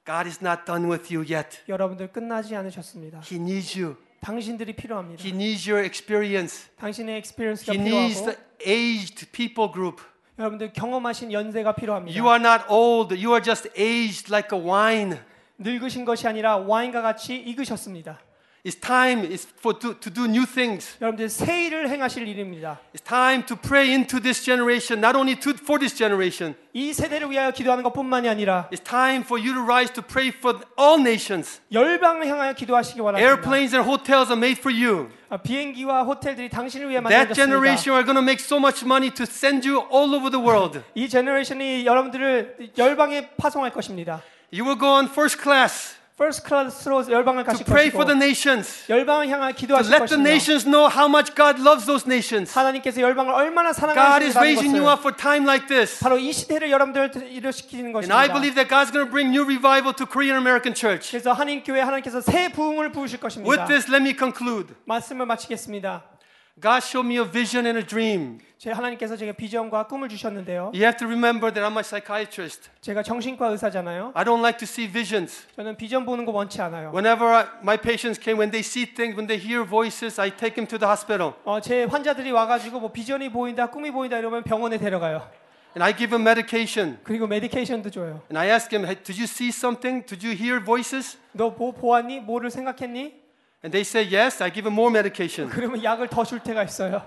[SPEAKER 1] God is not done with you yet.
[SPEAKER 2] 여러분들 끝나지 않으셨습니다.
[SPEAKER 1] He needs you.
[SPEAKER 2] 당신들이 필요합니다.
[SPEAKER 1] He needs your experience.
[SPEAKER 2] 당신의 익스피리언스가
[SPEAKER 1] He needs
[SPEAKER 2] 필요하고
[SPEAKER 1] the aged people group.
[SPEAKER 2] 여러분들 경험하신 연세가 필요합니다.
[SPEAKER 1] You are not old. You are just aged like a wine.
[SPEAKER 2] 늙으신 것이 아니라 와인과 같이 익으셨습니다.
[SPEAKER 1] It's time it's for to, to do new things.
[SPEAKER 2] 여러분들 새 일을 행하실 일입니다.
[SPEAKER 1] It's time to pray into this generation, not only to, for this generation.
[SPEAKER 2] 이 세대를 위하여 기도하는 것뿐만이 아니라
[SPEAKER 1] It's time for you to rise to pray for all nations.
[SPEAKER 2] 열방을 향하여 기도하시기 원합니다.
[SPEAKER 1] Airplanes and hotels are made for you.
[SPEAKER 2] 아, 비행기와 호텔들이 당신을 위해
[SPEAKER 1] That
[SPEAKER 2] 만들어졌습니다.
[SPEAKER 1] generation are going to make so much money to send you all over the world.
[SPEAKER 2] 이 제너레이션이 여러분들을 열방에 파송할 것입니다.
[SPEAKER 1] You will go on first class
[SPEAKER 2] First class로 열방을
[SPEAKER 1] to
[SPEAKER 2] 가실
[SPEAKER 1] pray
[SPEAKER 2] 것이고
[SPEAKER 1] for the nations,
[SPEAKER 2] 열방을 향하여
[SPEAKER 1] to
[SPEAKER 2] 기도하실
[SPEAKER 1] let the
[SPEAKER 2] 것입니다.
[SPEAKER 1] nations know how much God loves those nations.
[SPEAKER 2] 하나님께서 열방을 얼마나
[SPEAKER 1] God is
[SPEAKER 2] 사랑하시는지
[SPEAKER 1] raising
[SPEAKER 2] 것을
[SPEAKER 1] you up for time like this.
[SPEAKER 2] 바로 이 시대를 여러분들 일으키시는
[SPEAKER 1] And I
[SPEAKER 2] 것입니다.
[SPEAKER 1] believe that God's going to bring new revival to Korean American Church.
[SPEAKER 2] 그래서 한인 교회 하나님께서 새 부흥을 부으실 것입니다.
[SPEAKER 1] With this, let me conclude.
[SPEAKER 2] 말씀을 마치겠습니다.
[SPEAKER 1] God showed me a vision and a dream.
[SPEAKER 2] 제 하나님께서 제게 비전과 꿈을 주셨는데요.
[SPEAKER 1] You have to remember that I'm a psychiatrist.
[SPEAKER 2] 제가 정신과 의사잖아요.
[SPEAKER 1] I don't like to see visions.
[SPEAKER 2] 저는 비전 보는 거 원치 않아요.
[SPEAKER 1] Whenever I, my patients came, when they see things, when they hear voices, I take them to the hospital
[SPEAKER 2] 어, 제 환자들이 와가지고 뭐 비전이 보인다, 꿈이 보인다 이러면 병원에 데려가요.
[SPEAKER 1] and I give them medication.
[SPEAKER 2] 그리고 메디케이션도 줘요.
[SPEAKER 1] And I ask them, hey, Did you see something? Did you hear voices?
[SPEAKER 2] 너 뭐 보았니? 뭐를 생각했니?
[SPEAKER 1] And they say, Yes, I give them more medication.
[SPEAKER 2] 그러면 약을 더 줄 때가 있어요.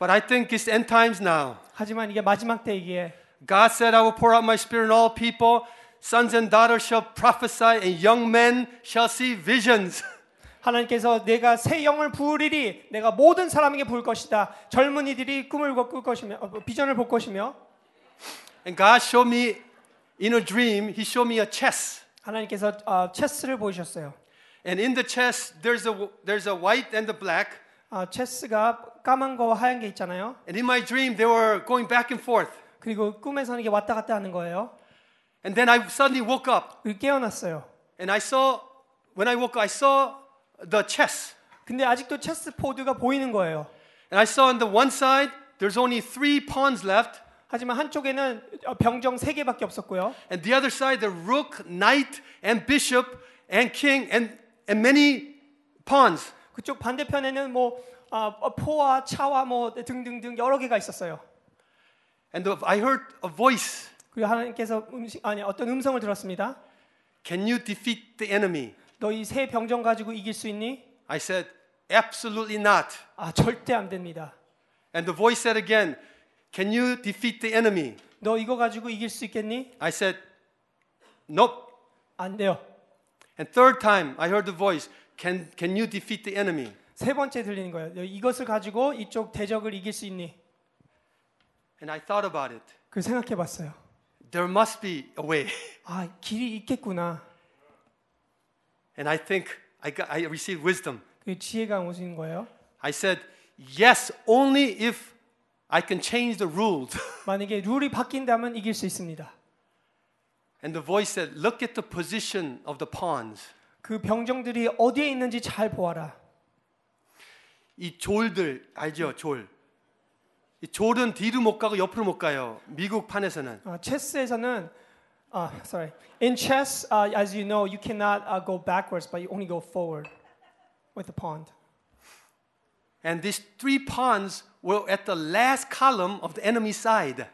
[SPEAKER 1] But I think it's end times now.
[SPEAKER 2] 하지만 이게 마지막 때이기에
[SPEAKER 1] God said, I will pour out my spirit on all people. Sons and daughters shall prophesy, and young men shall see visions.
[SPEAKER 2] 하나님께서 내가 새 영을 부으리니 내가 모든 사람에게 부을 것이다. 젊은이들이 꿈을 꿀 것이며 어, 비전을 볼 것이며
[SPEAKER 1] And God showed me in a dream, He showed me a chess.
[SPEAKER 2] 하나님께서 아, 체스를 보이셨어요.
[SPEAKER 1] And in the chess, there's a, there's a white and a black.
[SPEAKER 2] 아, 체스가 까만 거와 하얀 게 있잖아요.
[SPEAKER 1] And in my dream, they were going back and forth.
[SPEAKER 2] 그리고 꿈에서는 이게 왔다 갔다 하는 거예요.
[SPEAKER 1] And then I suddenly woke up,
[SPEAKER 2] 그리고 깨어났어요.
[SPEAKER 1] and I saw, when I woke up, I saw the chess.
[SPEAKER 2] 근데 아직도 체스 보드가 보이는 거예요.
[SPEAKER 1] And I saw on the one side, there's only three pawns left.
[SPEAKER 2] 하지만 한쪽에는 어, 병정 세 개밖에 없었고요.
[SPEAKER 1] And the other side, the rook, knight, and bishop, and king, and, and many pawns.
[SPEAKER 2] 그쪽 반대편에는 뭐 아, 어, 포와 차와 뭐 등등등 여러 개가 있었어요.
[SPEAKER 1] And the, I heard a voice
[SPEAKER 2] 그리고 하나님께서 음식 아니 어떤 음성을 들었습니다.
[SPEAKER 1] Can you defeat the enemy?
[SPEAKER 2] 너희 새 병정 가지고 이길 수 있니?
[SPEAKER 1] I said, Absolutely not.
[SPEAKER 2] 아 절대 안 됩니다.
[SPEAKER 1] And the voice said again, Can you defeat the enemy?
[SPEAKER 2] 너 이거 가지고 이길 수 있겠니?
[SPEAKER 1] I said, Nope.
[SPEAKER 2] 안 돼요.
[SPEAKER 1] And third time, I heard the voice, Can, can you defeat the enemy?
[SPEAKER 2] 세 번째 들리는 거예요. 너 이것을 가지고 이쪽 대적을 이길 수 있니?
[SPEAKER 1] And I thought about it.
[SPEAKER 2] 그 생각해 봤어요.
[SPEAKER 1] There must be a way.
[SPEAKER 2] 아 길이 있겠구나.
[SPEAKER 1] And I think I, got, I received wisdom.
[SPEAKER 2] 그 지혜가 오신 거예요.
[SPEAKER 1] I said, Yes, only if I can change the rules.
[SPEAKER 2] 만약에 룰이 바뀐다면 이길 수 있습니다.
[SPEAKER 1] and the voice said, Look at the position of the pawns.
[SPEAKER 2] 그 병정들이 어디에 있는지 잘 보아라.
[SPEAKER 1] 이 졸들, 알죠? 졸. 이 졸은 뒤로 못 가고 옆으로 못 가요. 미국 판에서는.
[SPEAKER 2] 아, 체스에서는 아, sorry. In chess, uh, as you know, you cannot uh, go backwards, but you only go forward with the pawn.
[SPEAKER 1] And these three pawns were at the last column of the enemy side.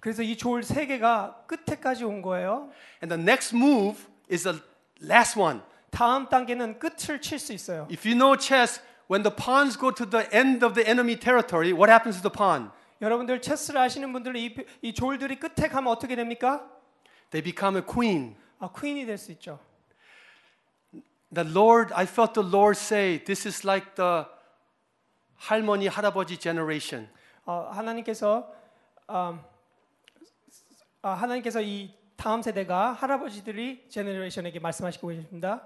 [SPEAKER 2] 그래서 이 졸 세 개가 끝에까지 온 거예요.
[SPEAKER 1] And the next move is the last one.
[SPEAKER 2] 다음 단계는 끝을 칠 수 있어요.
[SPEAKER 1] If you know chess, when the pawns go to the end of the enemy territory, what happens to the pawn?
[SPEAKER 2] 여러분들 체스를 아시는 분들은 이, 이 졸들이 끝에 가면 어떻게 됩니까?
[SPEAKER 1] They become a queen.
[SPEAKER 2] 아, 퀸이 될 수 있죠.
[SPEAKER 1] The Lord, I felt the Lord say, this is like the 할머니 할아버지 generation.
[SPEAKER 2] 어, 하나님께서 아, 아, 하나님께서 이 다음 세대가 할아버지들이 제네레이션에게 말씀하시고 계십니다.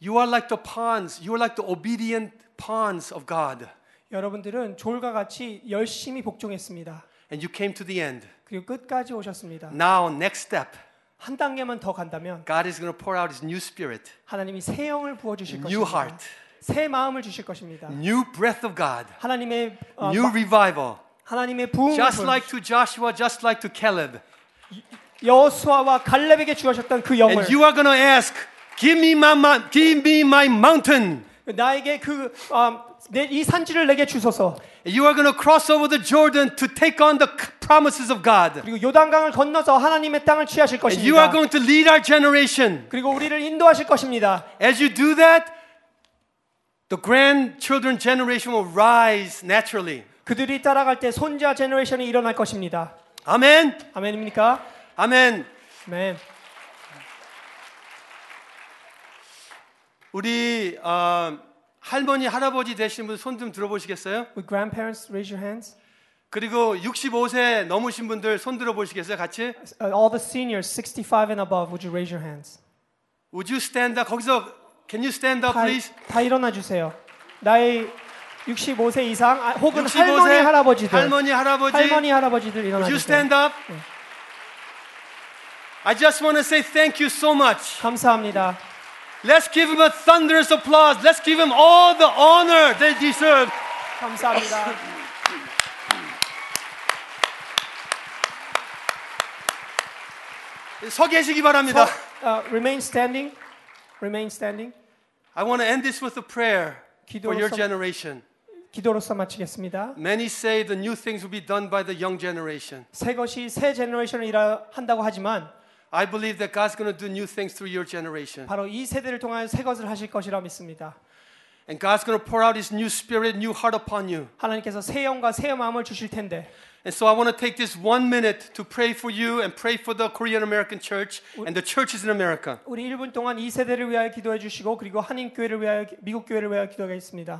[SPEAKER 1] You are like the pawns. You are like the obedient pawns of God.
[SPEAKER 2] 여러분들은 졸과 같이 열심히 복종했습니다.
[SPEAKER 1] And you came to the end.
[SPEAKER 2] 그리고 끝까지 오셨습니다.
[SPEAKER 1] Now, next step,
[SPEAKER 2] 한 단계만 더 간다면
[SPEAKER 1] God is going to pour out His new spirit,
[SPEAKER 2] 하나님이 새 영을 부어 주실
[SPEAKER 1] new
[SPEAKER 2] 것입니다.
[SPEAKER 1] heart,
[SPEAKER 2] 새 마음을 주실 것입니다.
[SPEAKER 1] new breath of God,
[SPEAKER 2] 하나님의 어,
[SPEAKER 1] new
[SPEAKER 2] 마-
[SPEAKER 1] revival.
[SPEAKER 2] 하나님의 부흥을
[SPEAKER 1] Just
[SPEAKER 2] 보여주-
[SPEAKER 1] like to Joshua, just like to Caleb.
[SPEAKER 2] 여호수아와 갈렙에게 주셨던 그 영을
[SPEAKER 1] And you are going to ask, give me my, mon- give me my mountain.
[SPEAKER 2] 나에게 그 이 산지를 내게 주소서.
[SPEAKER 1] And You are going to cross over the Jordan to take on the c- promises of God.
[SPEAKER 2] 그리고 요단강을 건너서 하나님의 땅을 취하실
[SPEAKER 1] And you are
[SPEAKER 2] 것입니다.
[SPEAKER 1] going to lead our generation.
[SPEAKER 2] 그리고 우리를 인도하실 것입니다.
[SPEAKER 1] As you do that, the grandchildren generation will rise naturally.
[SPEAKER 2] 그들이 따라갈 때 손자 제너레이션이 일어날 것입니다.
[SPEAKER 1] Amen.
[SPEAKER 2] 아멘입니까?
[SPEAKER 1] Amen.
[SPEAKER 2] 아멘.
[SPEAKER 1] 우리 어, 할머니 할아버지 되시는 분 손 좀 들어보시겠어요?
[SPEAKER 2] Would grandparents raise your hands?
[SPEAKER 1] 그리고 65세 넘으신 분들 손 들어보시겠어요? 같이.
[SPEAKER 2] Uh, all the seniors 65 and above, would you raise your hands?
[SPEAKER 1] Would you stand up? 거기서 can you stand up,
[SPEAKER 2] 다,
[SPEAKER 1] please?
[SPEAKER 2] 다 일어나 주세요. 나이 65세 이상 아, 혹은
[SPEAKER 1] 65세
[SPEAKER 2] 할머니 할아버지들
[SPEAKER 1] 할머니 할아버지.
[SPEAKER 2] 할머니 할아버지들 일어나
[SPEAKER 1] Would you
[SPEAKER 2] 주세요.
[SPEAKER 1] stand up? I just want to say thank you so much.
[SPEAKER 2] 감사합니다.
[SPEAKER 1] Let's give him a thunderous applause. Let's give him all the honor they deserve.
[SPEAKER 2] 감사합니다.
[SPEAKER 1] 서 계시기 바랍니다.
[SPEAKER 2] 어, remain standing. Remain standing.
[SPEAKER 1] I want to end this with a prayer for your
[SPEAKER 2] 기도로서-
[SPEAKER 1] generation.
[SPEAKER 2] 기도로서 마치겠습니다.
[SPEAKER 1] Many say the new things will be done by the young generation.
[SPEAKER 2] 새 것이 새 제너레이션을 일하, 한다고 하지만
[SPEAKER 1] I believe that God's going to do new things through your generation.
[SPEAKER 2] 바로 이 세대를 통하여 새 것을 하실 것이라 믿습니다.
[SPEAKER 1] And God's going to pour out His new spirit, new heart upon you.
[SPEAKER 2] 하나님께서 새 영과 새 마음을 주실 텐데
[SPEAKER 1] And so I want to take this one minute to pray for you and pray for the Korean American church and the churches in America.
[SPEAKER 2] 우리 1분 동안 이 세대를 위하여 기도해 주시고 그리고 한인 교회를 위하여 미국 교회를 위하여 기도하겠습니다.